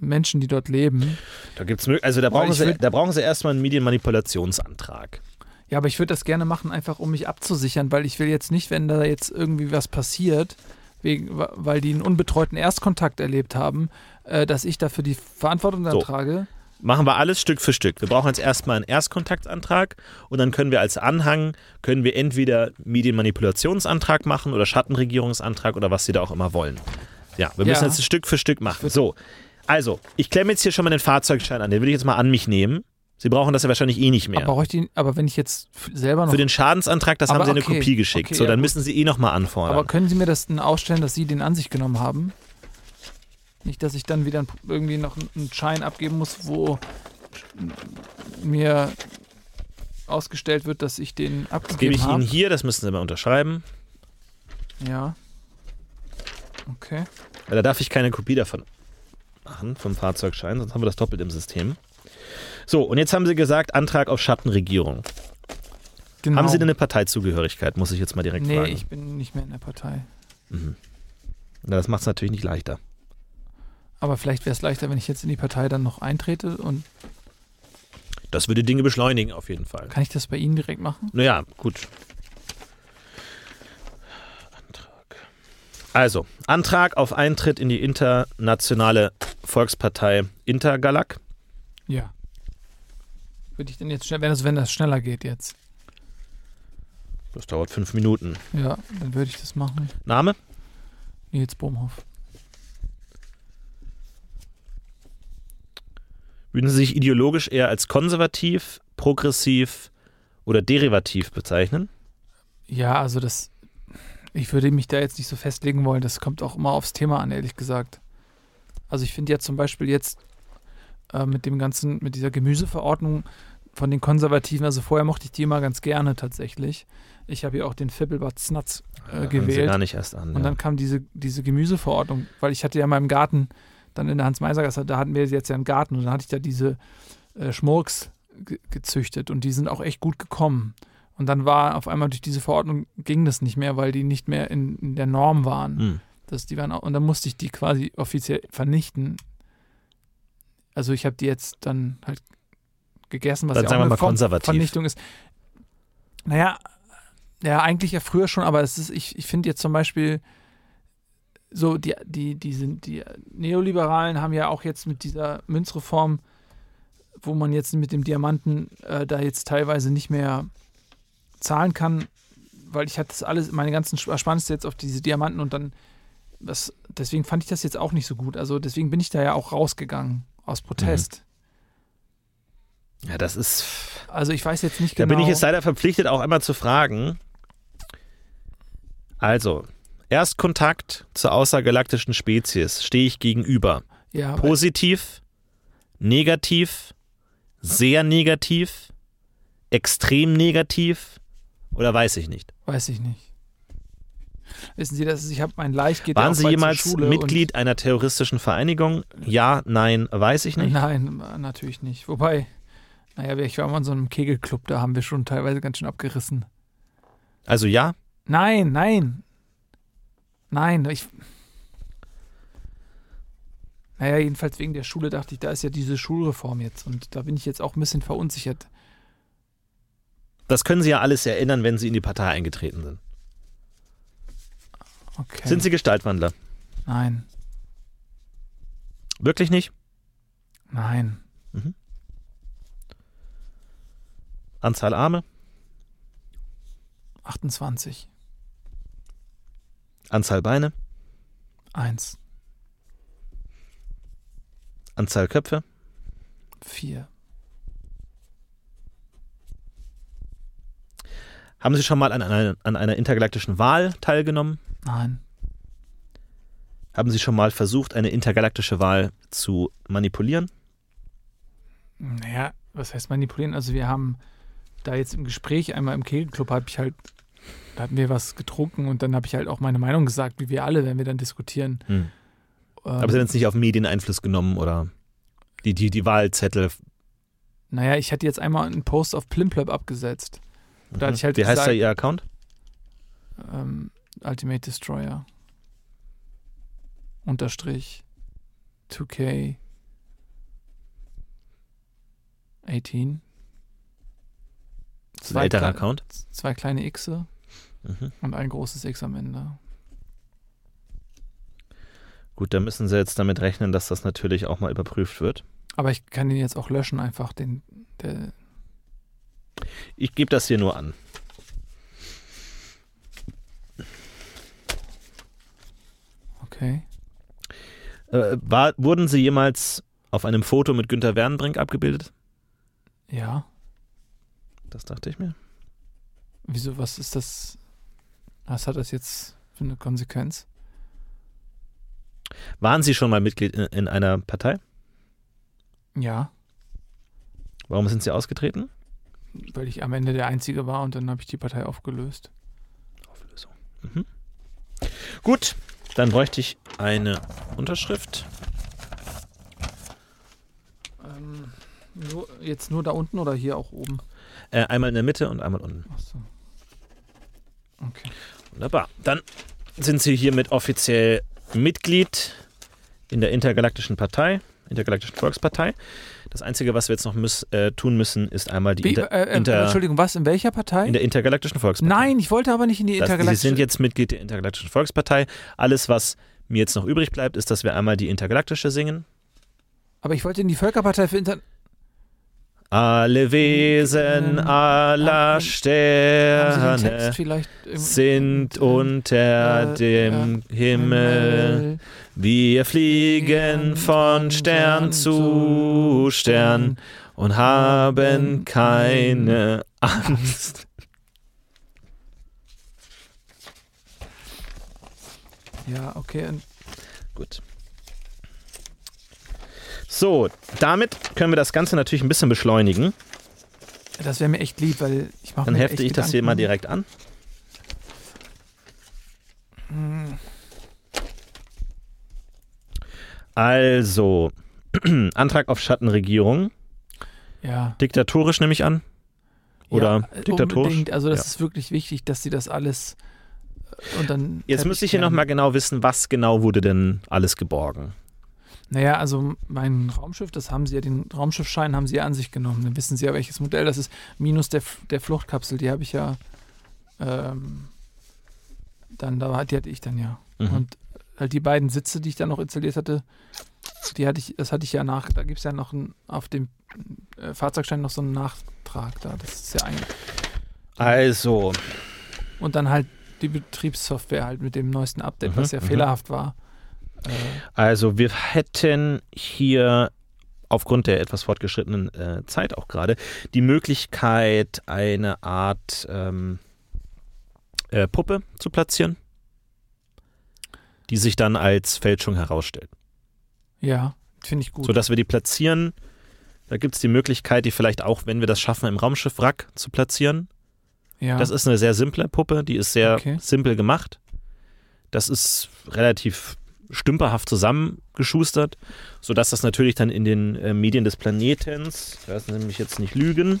Speaker 4: Menschen, die dort leben.
Speaker 3: Da gibt's mö- also da
Speaker 4: Boah,
Speaker 3: brauchen,
Speaker 4: ich
Speaker 3: sie,
Speaker 4: würd-
Speaker 3: da brauchen sie erstmal einen Medienmanipulationsantrag.
Speaker 4: Ja, aber ich würde das gerne machen, einfach um mich abzusichern, weil ich will jetzt nicht, wenn da jetzt irgendwie was passiert, wegen, wa- weil die einen unbetreuten Erstkontakt erlebt haben, äh, dass ich dafür die Verantwortung dann
Speaker 3: So.
Speaker 4: trage.
Speaker 3: Machen wir alles Stück für Stück. Wir brauchen jetzt erstmal einen Erstkontaktantrag und dann können wir als Anhang, können wir entweder Medienmanipulationsantrag machen oder Schattenregierungsantrag oder was sie da auch immer wollen. Ja, wir
Speaker 4: Ja.
Speaker 3: müssen jetzt Stück für Stück machen. So, also, ich klemme jetzt hier schon mal den Fahrzeugschein an. Den will ich jetzt mal an mich nehmen. Sie brauchen das ja wahrscheinlich eh nicht mehr.
Speaker 4: Aber, brauche ich die, aber wenn ich jetzt f- selber noch.
Speaker 3: Für den Schadensantrag, das
Speaker 4: Aber
Speaker 3: haben sie eine
Speaker 4: okay,
Speaker 3: Kopie geschickt.
Speaker 4: okay,
Speaker 3: so,
Speaker 4: ja,
Speaker 3: dann
Speaker 4: gut.
Speaker 3: müssen sie eh nochmal anfordern.
Speaker 4: Aber können Sie mir das denn ausstellen, dass Sie den an sich genommen haben? Nicht, dass ich dann wieder ein- irgendwie noch einen Schein abgeben muss, wo mir ausgestellt wird, dass ich den
Speaker 3: Gebe
Speaker 4: abgegeben
Speaker 3: ich Ihnen
Speaker 4: habe.
Speaker 3: hier, das müssen Sie mal unterschreiben.
Speaker 4: Ja. Okay.
Speaker 3: Weil Da darf ich keine Kopie davon machen, vom Fahrzeugschein, sonst haben wir das doppelt im System. So, und jetzt haben Sie gesagt, Antrag auf Schattenregierung.
Speaker 4: Genau.
Speaker 3: Haben Sie denn eine Parteizugehörigkeit, muss ich jetzt mal direkt
Speaker 4: Nee,
Speaker 3: fragen.
Speaker 4: ich bin nicht mehr in der Partei.
Speaker 3: Na, das macht es natürlich nicht leichter.
Speaker 4: Aber vielleicht wäre es leichter, wenn ich jetzt in die Partei dann noch eintrete und
Speaker 3: Das würde Dinge beschleunigen, auf jeden Fall.
Speaker 4: kann ich das bei Ihnen direkt machen?
Speaker 3: Naja, gut. Antrag. Also, Antrag auf Eintritt in die internationale Volkspartei Intergalak.
Speaker 4: Ja. Würde ich denn jetzt schnell, wenn das, wenn das schneller geht jetzt?
Speaker 3: Das dauert fünf Minuten.
Speaker 4: Ja, dann würde ich das machen.
Speaker 3: Name?
Speaker 4: Nils Bohmhoff.
Speaker 3: Würden Sie sich ideologisch eher als konservativ, progressiv oder derivativ bezeichnen?
Speaker 4: Ja, also das. Ich würde mich da jetzt nicht so festlegen wollen. Das kommt auch immer aufs Thema an, ehrlich gesagt. Also ich finde ja zum Beispiel jetzt äh, mit dem ganzen, mit dieser Gemüseverordnung von den Konservativen, also vorher mochte ich die immer ganz gerne tatsächlich. Ich habe ja auch den Fibbelbad Snatz äh,
Speaker 3: Fangen Sie
Speaker 4: gewählt.
Speaker 3: gar nicht erst an.
Speaker 4: Und
Speaker 3: ja.
Speaker 4: dann kam diese, diese Gemüseverordnung, weil ich hatte ja in meinem Garten, dann in der Hans-Meiser-Gasse, da hatten wir jetzt ja einen Garten und dann hatte ich da diese äh, Schmurks ge gezüchtet und die sind auch echt gut gekommen. Und dann war auf einmal durch diese Verordnung ging das nicht mehr, weil die nicht mehr in, in der Norm waren.
Speaker 3: Hm.
Speaker 4: Das, die waren auch, und dann musste ich die quasi offiziell vernichten. Also ich habe die jetzt dann halt gegessen, was
Speaker 3: Dann
Speaker 4: ja
Speaker 3: sagen
Speaker 4: auch
Speaker 3: wir
Speaker 4: eine
Speaker 3: mal
Speaker 4: Form-
Speaker 3: konservativ.
Speaker 4: Vernichtung ist. Naja, ja, eigentlich ja früher schon, aber es ist, ich, ich finde jetzt zum Beispiel so, die, die, die, sind, die Neoliberalen haben ja auch jetzt mit dieser Münzreform, wo man jetzt mit dem Diamanten äh, da jetzt teilweise nicht mehr zahlen kann, weil ich hatte das alles, meine ganzen Sp- Ersparnisse jetzt auf diese Diamanten und dann, was, deswegen fand ich das jetzt auch nicht so gut. Also deswegen bin ich da ja auch rausgegangen
Speaker 3: Mhm.
Speaker 4: aus Protest.
Speaker 3: Ja, das ist.
Speaker 4: Also ich weiß jetzt nicht
Speaker 3: Da
Speaker 4: genau.
Speaker 3: bin ich jetzt leider verpflichtet, auch einmal zu fragen. Also, Erstkontakt zur außergalaktischen Spezies stehe ich gegenüber.
Speaker 4: ja,
Speaker 3: Positiv, negativ, sehr negativ, extrem negativ oder weiß ich nicht.
Speaker 4: Weiß ich nicht. Wissen Sie, dass ich habe mein Laich geht ja
Speaker 3: Waren
Speaker 4: auch
Speaker 3: Sie
Speaker 4: bald zur
Speaker 3: jemals
Speaker 4: Schule
Speaker 3: Mitglied einer terroristischen Vereinigung? Ja, nein, weiß ich
Speaker 4: Und,
Speaker 3: nicht.
Speaker 4: (laughs) nein, natürlich nicht. Wobei, naja, ich war mal in so einem Kegelclub, da haben wir schon teilweise ganz schön abgerissen.
Speaker 3: Also ja,
Speaker 4: Nein, nein. Nein, ich. Naja, jedenfalls wegen der Schule dachte ich, da ist ja diese Schulreform jetzt und da bin ich jetzt auch ein bisschen verunsichert.
Speaker 3: das können Sie ja alles erinnern, wenn Sie in die Partei eingetreten sind.
Speaker 4: Okay.
Speaker 3: Sind Sie Gestaltwandler?
Speaker 4: Nein,
Speaker 3: Wirklich nicht?
Speaker 4: nein.
Speaker 3: Anzahl Arme,
Speaker 4: 28.
Speaker 3: Anzahl Beine,
Speaker 4: 1,
Speaker 3: Anzahl Köpfe,
Speaker 4: 4.
Speaker 3: Haben Sie schon mal an einer, an einer intergalaktischen Wahl teilgenommen?
Speaker 4: Nein,
Speaker 3: Haben Sie schon mal versucht, eine intergalaktische Wahl zu manipulieren?
Speaker 4: Naja, was heißt manipulieren? Also wir haben da jetzt im Gespräch einmal im Kegelclub habe ich halt, da hatten wir was getrunken und dann habe ich halt auch meine Meinung gesagt, wie wir alle, wenn wir dann diskutieren.
Speaker 3: Hm.
Speaker 4: Ähm,
Speaker 3: Aber sie haben jetzt nicht auf Medien Einfluss genommen oder die, die, die Wahlzettel.
Speaker 4: naja, ich hatte jetzt einmal einen Post auf Plimplop abgesetzt. Da hatte ich halt
Speaker 3: Wie heißt da
Speaker 4: gesagt-
Speaker 3: Ihr Account?
Speaker 4: Ähm, Ultimate Destroyer. Unterstrich 2K 18.
Speaker 3: Das ist ein älterer
Speaker 4: klei-
Speaker 3: Account.
Speaker 4: Zwei kleine Xe
Speaker 3: Mhm.
Speaker 4: und ein großes X am Ende.
Speaker 3: Gut, da müssen sie jetzt damit rechnen, dass das natürlich auch mal überprüft wird.
Speaker 4: Aber ich kann den jetzt auch löschen, einfach den. Der,
Speaker 3: Ich gebe das hier nur an.
Speaker 4: okay.
Speaker 3: Äh, war, wurden Sie jemals auf einem Foto mit Günter Wernbrink abgebildet?
Speaker 4: Ja.
Speaker 3: Das dachte ich mir.
Speaker 4: Wieso, was ist das? Was hat das jetzt für eine Konsequenz?
Speaker 3: Waren Sie schon mal Mitglied in, in einer Partei?
Speaker 4: Ja,
Speaker 3: Warum sind Sie ausgetreten?
Speaker 4: weil ich am Ende der Einzige war und dann habe ich die Partei aufgelöst.
Speaker 3: Auflösung. Mhm. Gut, dann bräuchte ich eine Unterschrift.
Speaker 4: Ähm, nur, jetzt nur da unten oder hier auch oben?
Speaker 3: Äh, einmal in der Mitte und einmal unten.
Speaker 4: Achso. Okay.
Speaker 3: Wunderbar. Dann sind Sie hiermit offiziell Mitglied in der Intergalaktischen Partei, Intergalaktischen Volkspartei. Das Einzige, was wir jetzt noch müß, äh, tun müssen, ist einmal die
Speaker 4: Wie,
Speaker 3: Inter,
Speaker 4: äh, äh,
Speaker 3: Inter,
Speaker 4: Entschuldigung, was? In welcher Partei?
Speaker 3: in der Intergalaktischen Volkspartei.
Speaker 4: Nein, ich wollte aber nicht in die
Speaker 3: das, Sie
Speaker 4: Intergalaktische.
Speaker 3: sind jetzt Mitglied der Intergalaktischen Volkspartei. Alles, was mir jetzt noch übrig bleibt, ist, dass wir einmal die Intergalaktische singen.
Speaker 4: aber ich wollte in die Völkerpartei für Inter.
Speaker 3: Alle Wesen
Speaker 4: Ähm,
Speaker 3: aller
Speaker 4: haben Haben Sie den
Speaker 3: Sterne
Speaker 4: Text vielleicht im-
Speaker 3: sind unter
Speaker 4: äh,
Speaker 3: dem Himmel. Wir fliegen von Stern zu Stern und haben keine Angst. äh,
Speaker 4: Ja, okay. Und
Speaker 3: Gut. So, damit können wir das Ganze natürlich ein bisschen beschleunigen.
Speaker 4: das wäre mir echt lieb, weil ich mache
Speaker 3: Dann
Speaker 4: mir
Speaker 3: hefte
Speaker 4: echt
Speaker 3: ich das hier
Speaker 4: Gedanken.
Speaker 3: mal direkt an. Also, (clears throat) Antrag auf Schattenregierung.
Speaker 4: Ja.
Speaker 3: Diktatorisch nehme ich an. Oder
Speaker 4: ja,
Speaker 3: diktatorisch.
Speaker 4: Unbedingt. Also das
Speaker 3: Ja.
Speaker 4: ist wirklich wichtig, dass sie das alles äh, und dann.
Speaker 3: Jetzt müsste ich hier
Speaker 4: Teppichkern-
Speaker 3: nochmal genau wissen, was genau wurde denn alles geborgen.
Speaker 4: Naja, also mein Raumschiff, das haben sie ja, den Raumschiffschein haben sie ja an sich genommen. Dann wissen sie ja, welches Modell das ist. Minus der, F- der Fluchtkapsel, die habe ich ja. Ähm, dann, da war- die hatte ich dann ja.
Speaker 3: Mhm.
Speaker 4: Und halt die beiden Sitze, die ich dann noch installiert hatte, die hatte ich, das hatte ich ja nach, da gibt es ja noch ein, auf dem äh, Fahrzeugschein noch so einen Nachtrag da. Das ist ja ein.
Speaker 3: Also,
Speaker 4: Und dann halt die Betriebssoftware halt mit dem neuesten Update,
Speaker 3: Mhm,
Speaker 4: was ja
Speaker 3: mhm.
Speaker 4: fehlerhaft war. Äh,
Speaker 3: also wir hätten hier aufgrund der etwas fortgeschrittenen äh, Zeit auch gerade die Möglichkeit, eine Art ähm, äh, Puppe zu platzieren, die sich dann als Fälschung herausstellt.
Speaker 4: ja, finde ich gut.
Speaker 3: Sodass wir die platzieren. Da gibt es die Möglichkeit, die vielleicht auch, wenn wir das schaffen, im Raumschiffwrack zu platzieren.
Speaker 4: ja.
Speaker 3: Das ist eine sehr simple Puppe, die ist sehr
Speaker 4: Okay.
Speaker 3: simpel gemacht. Das ist relativ stümperhaft zusammengeschustert, sodass das natürlich dann in den äh, Medien des Planetens, lassen Sie mich jetzt nicht lügen,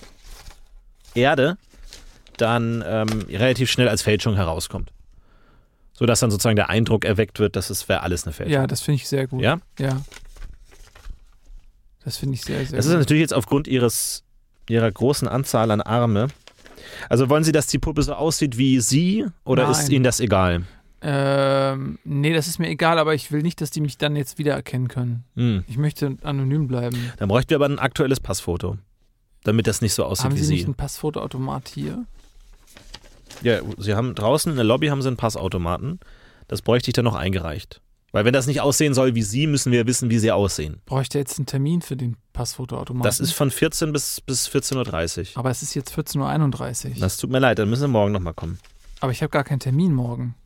Speaker 3: Erde, dann ähm, relativ schnell als Fälschung herauskommt. Sodass dann sozusagen der Eindruck erweckt wird, dass es wäre alles eine Fälschung.
Speaker 4: Ja, das finde ich sehr gut.
Speaker 3: Ja?
Speaker 4: Ja. Das finde ich sehr, sehr
Speaker 3: Das ist
Speaker 4: gut.
Speaker 3: natürlich jetzt aufgrund ihres, ihrer großen Anzahl an Arme. Also wollen Sie, dass die Puppe so aussieht wie Sie oder ist
Speaker 4: Nein.
Speaker 3: Ihnen das egal?
Speaker 4: Ähm, nee, das ist mir egal, aber ich will nicht, dass die mich dann jetzt wiedererkennen können.
Speaker 3: Hm.
Speaker 4: Ich möchte anonym bleiben.
Speaker 3: Dann bräuchten wir aber ein aktuelles Passfoto. Damit das nicht so aussieht
Speaker 4: Haben
Speaker 3: wie
Speaker 4: Sie
Speaker 3: Sie.
Speaker 4: nicht einen Passfotoautomat hier?
Speaker 3: ja, Sie haben draußen in der Lobby haben Sie einen Passautomaten. Das bräuchte ich dann noch eingereicht. Weil wenn das nicht aussehen soll wie Sie, müssen wir wissen, wie Sie aussehen.
Speaker 4: Bräuchte jetzt einen Termin für den Passfotoautomaten?
Speaker 3: Das ist von 14 bis, bis 14.30 Uhr.
Speaker 4: aber es ist jetzt 14.31 Uhr.
Speaker 3: Das tut mir leid, dann müssen Sie morgen nochmal kommen.
Speaker 4: aber ich habe gar keinen Termin morgen.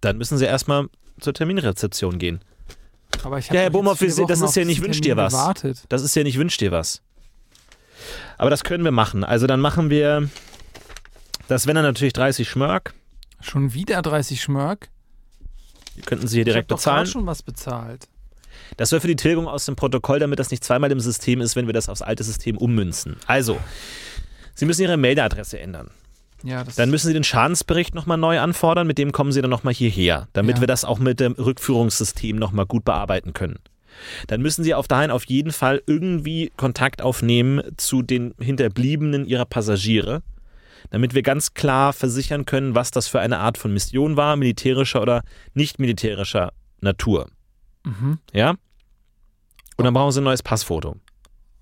Speaker 3: Dann müssen Sie erstmal zur Terminrezeption gehen.
Speaker 4: Aber ich hab
Speaker 3: Ja, Herr
Speaker 4: doch jetzt
Speaker 3: Bohmhoff, wir
Speaker 4: vier
Speaker 3: sind- das
Speaker 4: Wochen
Speaker 3: ist ja
Speaker 4: auf
Speaker 3: nicht
Speaker 4: diesen
Speaker 3: wünsch
Speaker 4: Termin
Speaker 3: dir was.
Speaker 4: Gewartet.
Speaker 3: Das ist ja nicht wünsch dir was. Aber das können wir machen. Also dann machen wir das, wenn er natürlich 30 Schmörk.
Speaker 4: Schon wieder 30 Schmörk.
Speaker 3: Die könnten Sie hier direkt
Speaker 4: ich hab doch grad
Speaker 3: bezahlen.
Speaker 4: schon was bezahlt.
Speaker 3: Das wäre für die Tilgung aus dem Protokoll, damit das nicht zweimal im System ist, wenn wir das aufs alte System ummünzen. Also, Sie müssen Ihre Meldeadresse ändern.
Speaker 4: Ja, das
Speaker 3: Dann müssen Sie den Schadensbericht nochmal neu anfordern. Mit dem kommen Sie dann nochmal hierher, damit
Speaker 4: Ja.
Speaker 3: wir das auch mit dem Rückführungssystem nochmal gut bearbeiten können. Dann müssen Sie auf dahin auf jeden Fall irgendwie Kontakt aufnehmen zu den Hinterbliebenen Ihrer Passagiere, damit wir ganz klar versichern können, was das für eine Art von Mission war, militärischer oder nicht militärischer Natur.
Speaker 4: mhm.
Speaker 3: Ja? Und dann brauchen Sie ein neues Passfoto. Und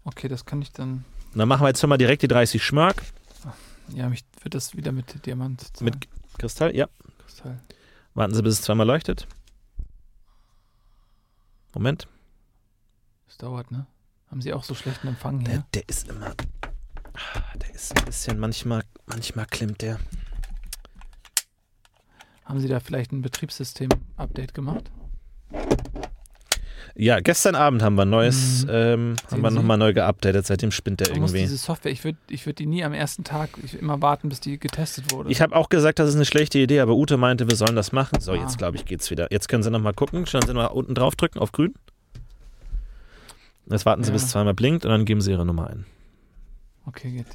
Speaker 4: Okay, das kann ich dann.
Speaker 3: dann machen wir jetzt nochmal direkt die 30 Schmörk
Speaker 4: Ja, mich wird das wieder mit Diamant. zahlen.
Speaker 3: mit Kristall. Ja,
Speaker 4: Kristall.
Speaker 3: warten Sie, bis es zweimal leuchtet. Moment.
Speaker 4: Das dauert, ne? Haben Sie auch so schlechten Empfang hier?
Speaker 3: Der, der ist immer. Ah, Der ist ein bisschen, manchmal, manchmal klemmt der.
Speaker 4: Haben Sie da vielleicht ein Betriebssystem-Update gemacht?
Speaker 3: Ja, gestern Abend haben wir ein neues,
Speaker 4: Mhm.
Speaker 3: ähm, haben
Speaker 4: Sehen
Speaker 3: wir
Speaker 4: Sie?
Speaker 3: nochmal neu geupdatet, seitdem spinnt der
Speaker 4: Man muss
Speaker 3: irgendwie.
Speaker 4: diese Software, ich würde ich würd die nie am ersten Tag, ich würd immer warten, bis die getestet wurde.
Speaker 3: Ich habe auch gesagt, das ist eine schlechte Idee, aber Ute meinte, wir sollen das machen. So,
Speaker 4: Ah.
Speaker 3: jetzt glaube ich, geht's wieder. Jetzt können Sie nochmal gucken. Schauen Sie mal unten drauf drücken auf grün. Jetzt warten Sie,
Speaker 4: Ja.
Speaker 3: bis es zweimal blinkt und dann geben Sie Ihre Nummer ein.
Speaker 4: okay, geht.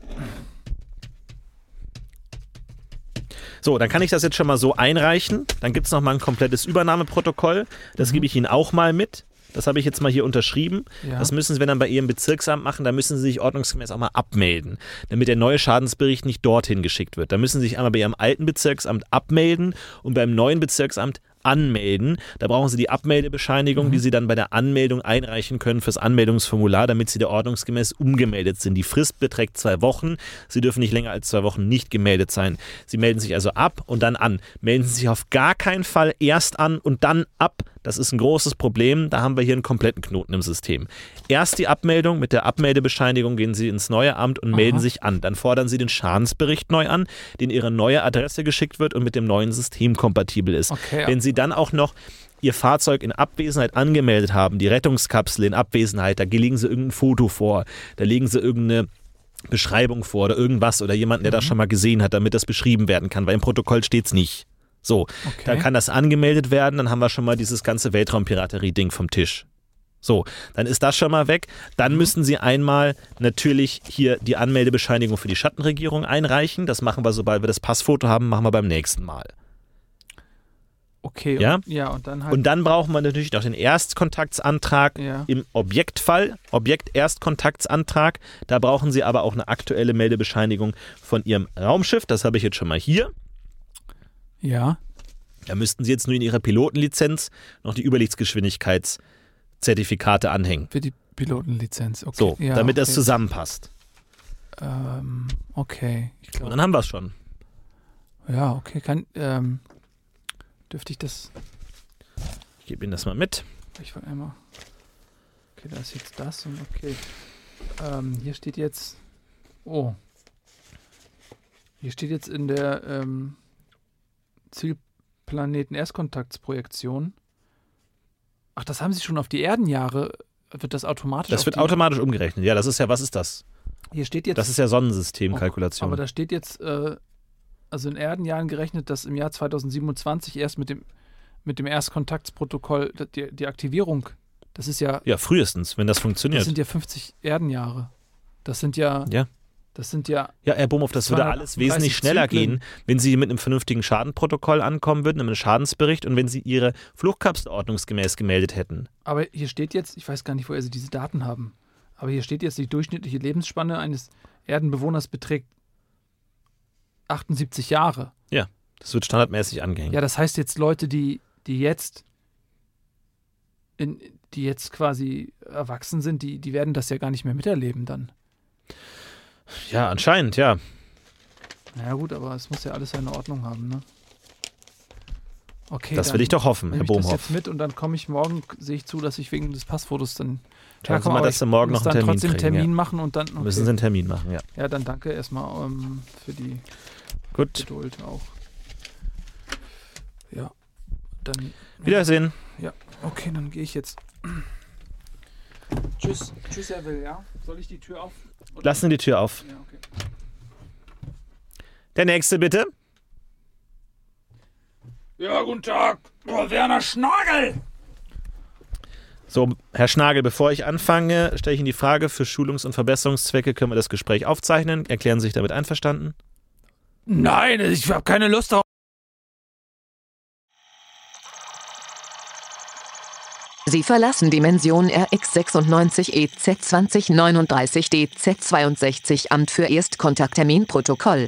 Speaker 3: So, dann kann ich das jetzt schon mal so einreichen. Dann gibt es nochmal ein komplettes Übernahmeprotokoll.
Speaker 4: Mhm.
Speaker 3: Das gebe ich Ihnen auch mal mit. Das habe ich jetzt mal hier unterschrieben.
Speaker 4: Ja.
Speaker 3: Das müssen Sie, wenn dann bei Ihrem Bezirksamt machen, da müssen Sie sich ordnungsgemäß auch mal abmelden, damit der neue Schadensbericht nicht dorthin geschickt wird. Da müssen Sie sich einmal bei Ihrem alten Bezirksamt abmelden und beim neuen Bezirksamt anmelden. Da brauchen Sie die Abmeldebescheinigung, die Sie dann bei der Anmeldung einreichen können fürs Anmeldungsformular, damit Sie da ordnungsgemäß umgemeldet sind. Die Frist beträgt zwei Wochen. Sie dürfen nicht länger als zwei Wochen nicht gemeldet sein. Sie melden sich also ab und dann an. Melden Sie sich auf gar keinen Fall erst an und dann ab. Das ist ein großes Problem. Da haben wir hier einen kompletten Knoten im System. Erst die Abmeldung. Mit der Abmeldebescheinigung gehen Sie ins neue Amt und melden sich an. Dann fordern Sie den Schadensbericht neu an, den Ihre neue Adresse geschickt wird und mit dem neuen System kompatibel ist.
Speaker 4: Okay.
Speaker 3: Wenn Sie dann auch noch Ihr Fahrzeug in Abwesenheit angemeldet haben, die Rettungskapsel in Abwesenheit, da legen Sie irgendein Foto vor, da legen Sie irgendeine Beschreibung vor oder irgendwas oder jemanden, der das
Speaker 4: Mhm.
Speaker 3: schon mal gesehen hat, damit das beschrieben werden kann, weil im Protokoll steht es nicht. So,
Speaker 4: Okay.
Speaker 3: dann kann das angemeldet werden, dann haben wir schon mal dieses ganze Weltraumpiraterie-Ding vom Tisch. So, dann ist das schon mal weg. Dann
Speaker 4: Mhm.
Speaker 3: müssen Sie einmal natürlich hier die Anmeldebescheinigung für die Schattenregierung einreichen. Das machen wir, sobald wir das Passfoto haben, machen wir beim nächsten Mal.
Speaker 4: okay,
Speaker 3: Ja?
Speaker 4: Und, ja, und dann halt.
Speaker 3: Und dann brauchen wir natürlich noch den Erstkontaktsantrag
Speaker 4: Ja.
Speaker 3: im Objektfall, Objekt-Erstkontaktsantrag. Da brauchen Sie aber auch eine aktuelle Meldebescheinigung von Ihrem Raumschiff. Das habe ich jetzt schon mal hier.
Speaker 4: ja.
Speaker 3: Da müssten Sie jetzt nur in Ihrer Pilotenlizenz noch die Überlichtsgeschwindigkeitszertifikate anhängen.
Speaker 4: Für die Pilotenlizenz, okay.
Speaker 3: So,
Speaker 4: ja,
Speaker 3: damit
Speaker 4: okay.
Speaker 3: das zusammenpasst.
Speaker 4: Ähm, okay, ich
Speaker 3: Und
Speaker 4: glaube.
Speaker 3: dann haben wir es schon.
Speaker 4: Ja, okay, kann. Ähm, dürfte ich das.
Speaker 3: Ich gebe Ihnen das mal mit.
Speaker 4: Ich war einmal. Okay, da ist jetzt das und okay. Ähm, hier steht jetzt. Oh. Hier steht jetzt in der ähm, Zielplaneten-Erstkontaktsprojektion. Ach, das haben sie schon auf die Erdenjahre. Wird das automatisch?
Speaker 3: Das
Speaker 4: auf
Speaker 3: wird
Speaker 4: die,
Speaker 3: automatisch umgerechnet. Ja, das ist ja, was ist das?
Speaker 4: Hier steht jetzt.
Speaker 3: Das ist ja Sonnensystemkalkulation.
Speaker 4: aber da steht jetzt, äh, also in Erdenjahren gerechnet, dass im Jahr 2027 erst mit dem, mit dem Erstkontaktsprotokoll die, die Aktivierung. Das ist ja
Speaker 3: ja, frühestens, wenn das
Speaker 4: Das
Speaker 3: funktioniert.
Speaker 4: sind ja 50 Erdenjahre. Das sind ja.
Speaker 3: Ja.
Speaker 4: Das sind ja.
Speaker 3: Ja, Herr Bumhoff, das würde alles
Speaker 4: 238
Speaker 3: wesentlich schneller
Speaker 4: Zyklen.
Speaker 3: gehen, wenn Sie mit einem vernünftigen Schadenprotokoll ankommen würden, mit einem Schadensbericht und wenn Sie Ihre Fluchtkapsel ordnungsgemäß gemeldet hätten.
Speaker 4: Aber hier steht jetzt, ich weiß gar nicht, woher Sie diese Daten haben. Aber hier steht jetzt, die durchschnittliche Lebensspanne eines Erdenbewohners beträgt 78 Jahre.
Speaker 3: Ja, das wird standardmäßig angehängt.
Speaker 4: Ja, das heißt jetzt Leute, die, die jetzt in, die jetzt quasi erwachsen sind, die, die werden das ja gar nicht mehr miterleben dann.
Speaker 3: ja anscheinend, ja.
Speaker 4: Naja gut, aber es muss ja alles seine Ordnung haben, ne? Okay.
Speaker 3: Das
Speaker 4: dann-
Speaker 3: will ich doch hoffen,
Speaker 4: nehme
Speaker 3: Herr
Speaker 4: ich das
Speaker 3: Bohmhoff.
Speaker 4: jetzt mit und dann komme ich morgen, sehe ich zu, dass ich wegen des Passfotos dann
Speaker 3: Schauen Sie
Speaker 4: herkomme,
Speaker 3: also mal,
Speaker 4: aber
Speaker 3: dass
Speaker 4: ich
Speaker 3: Sie morgen
Speaker 4: muss
Speaker 3: noch einen
Speaker 4: dann
Speaker 3: Termin
Speaker 4: trotzdem
Speaker 3: kriegen,
Speaker 4: Termin machen und dann, okay.
Speaker 3: Müssen Sie einen Termin machen, ja.
Speaker 4: ja, dann danke erstmal ähm, für die
Speaker 3: Gut,
Speaker 4: Geduld auch. Ja, dann,
Speaker 3: Wiedersehen.
Speaker 4: okay, dann gehe ich jetzt. Tschüss, tschüss, Herr Will, ja? Soll ich die Tür auf?
Speaker 3: Lassen Sie die Tür auf.
Speaker 4: Ja, okay.
Speaker 3: Der nächste bitte.
Speaker 4: Ja, guten Tag. Oh, Werner Schnagel!
Speaker 3: So, Herr Schnagel, bevor ich anfange, stelle ich Ihnen die Frage, für Schulungs- und Verbesserungszwecke können wir das Gespräch aufzeichnen. Erklären Sie sich damit einverstanden?
Speaker 4: Nein, ich habe keine Lust darauf.
Speaker 2: Sie verlassen Dimension RX96 EZ2039 DZ62 Amt für Erstkontakttermin Protokoll.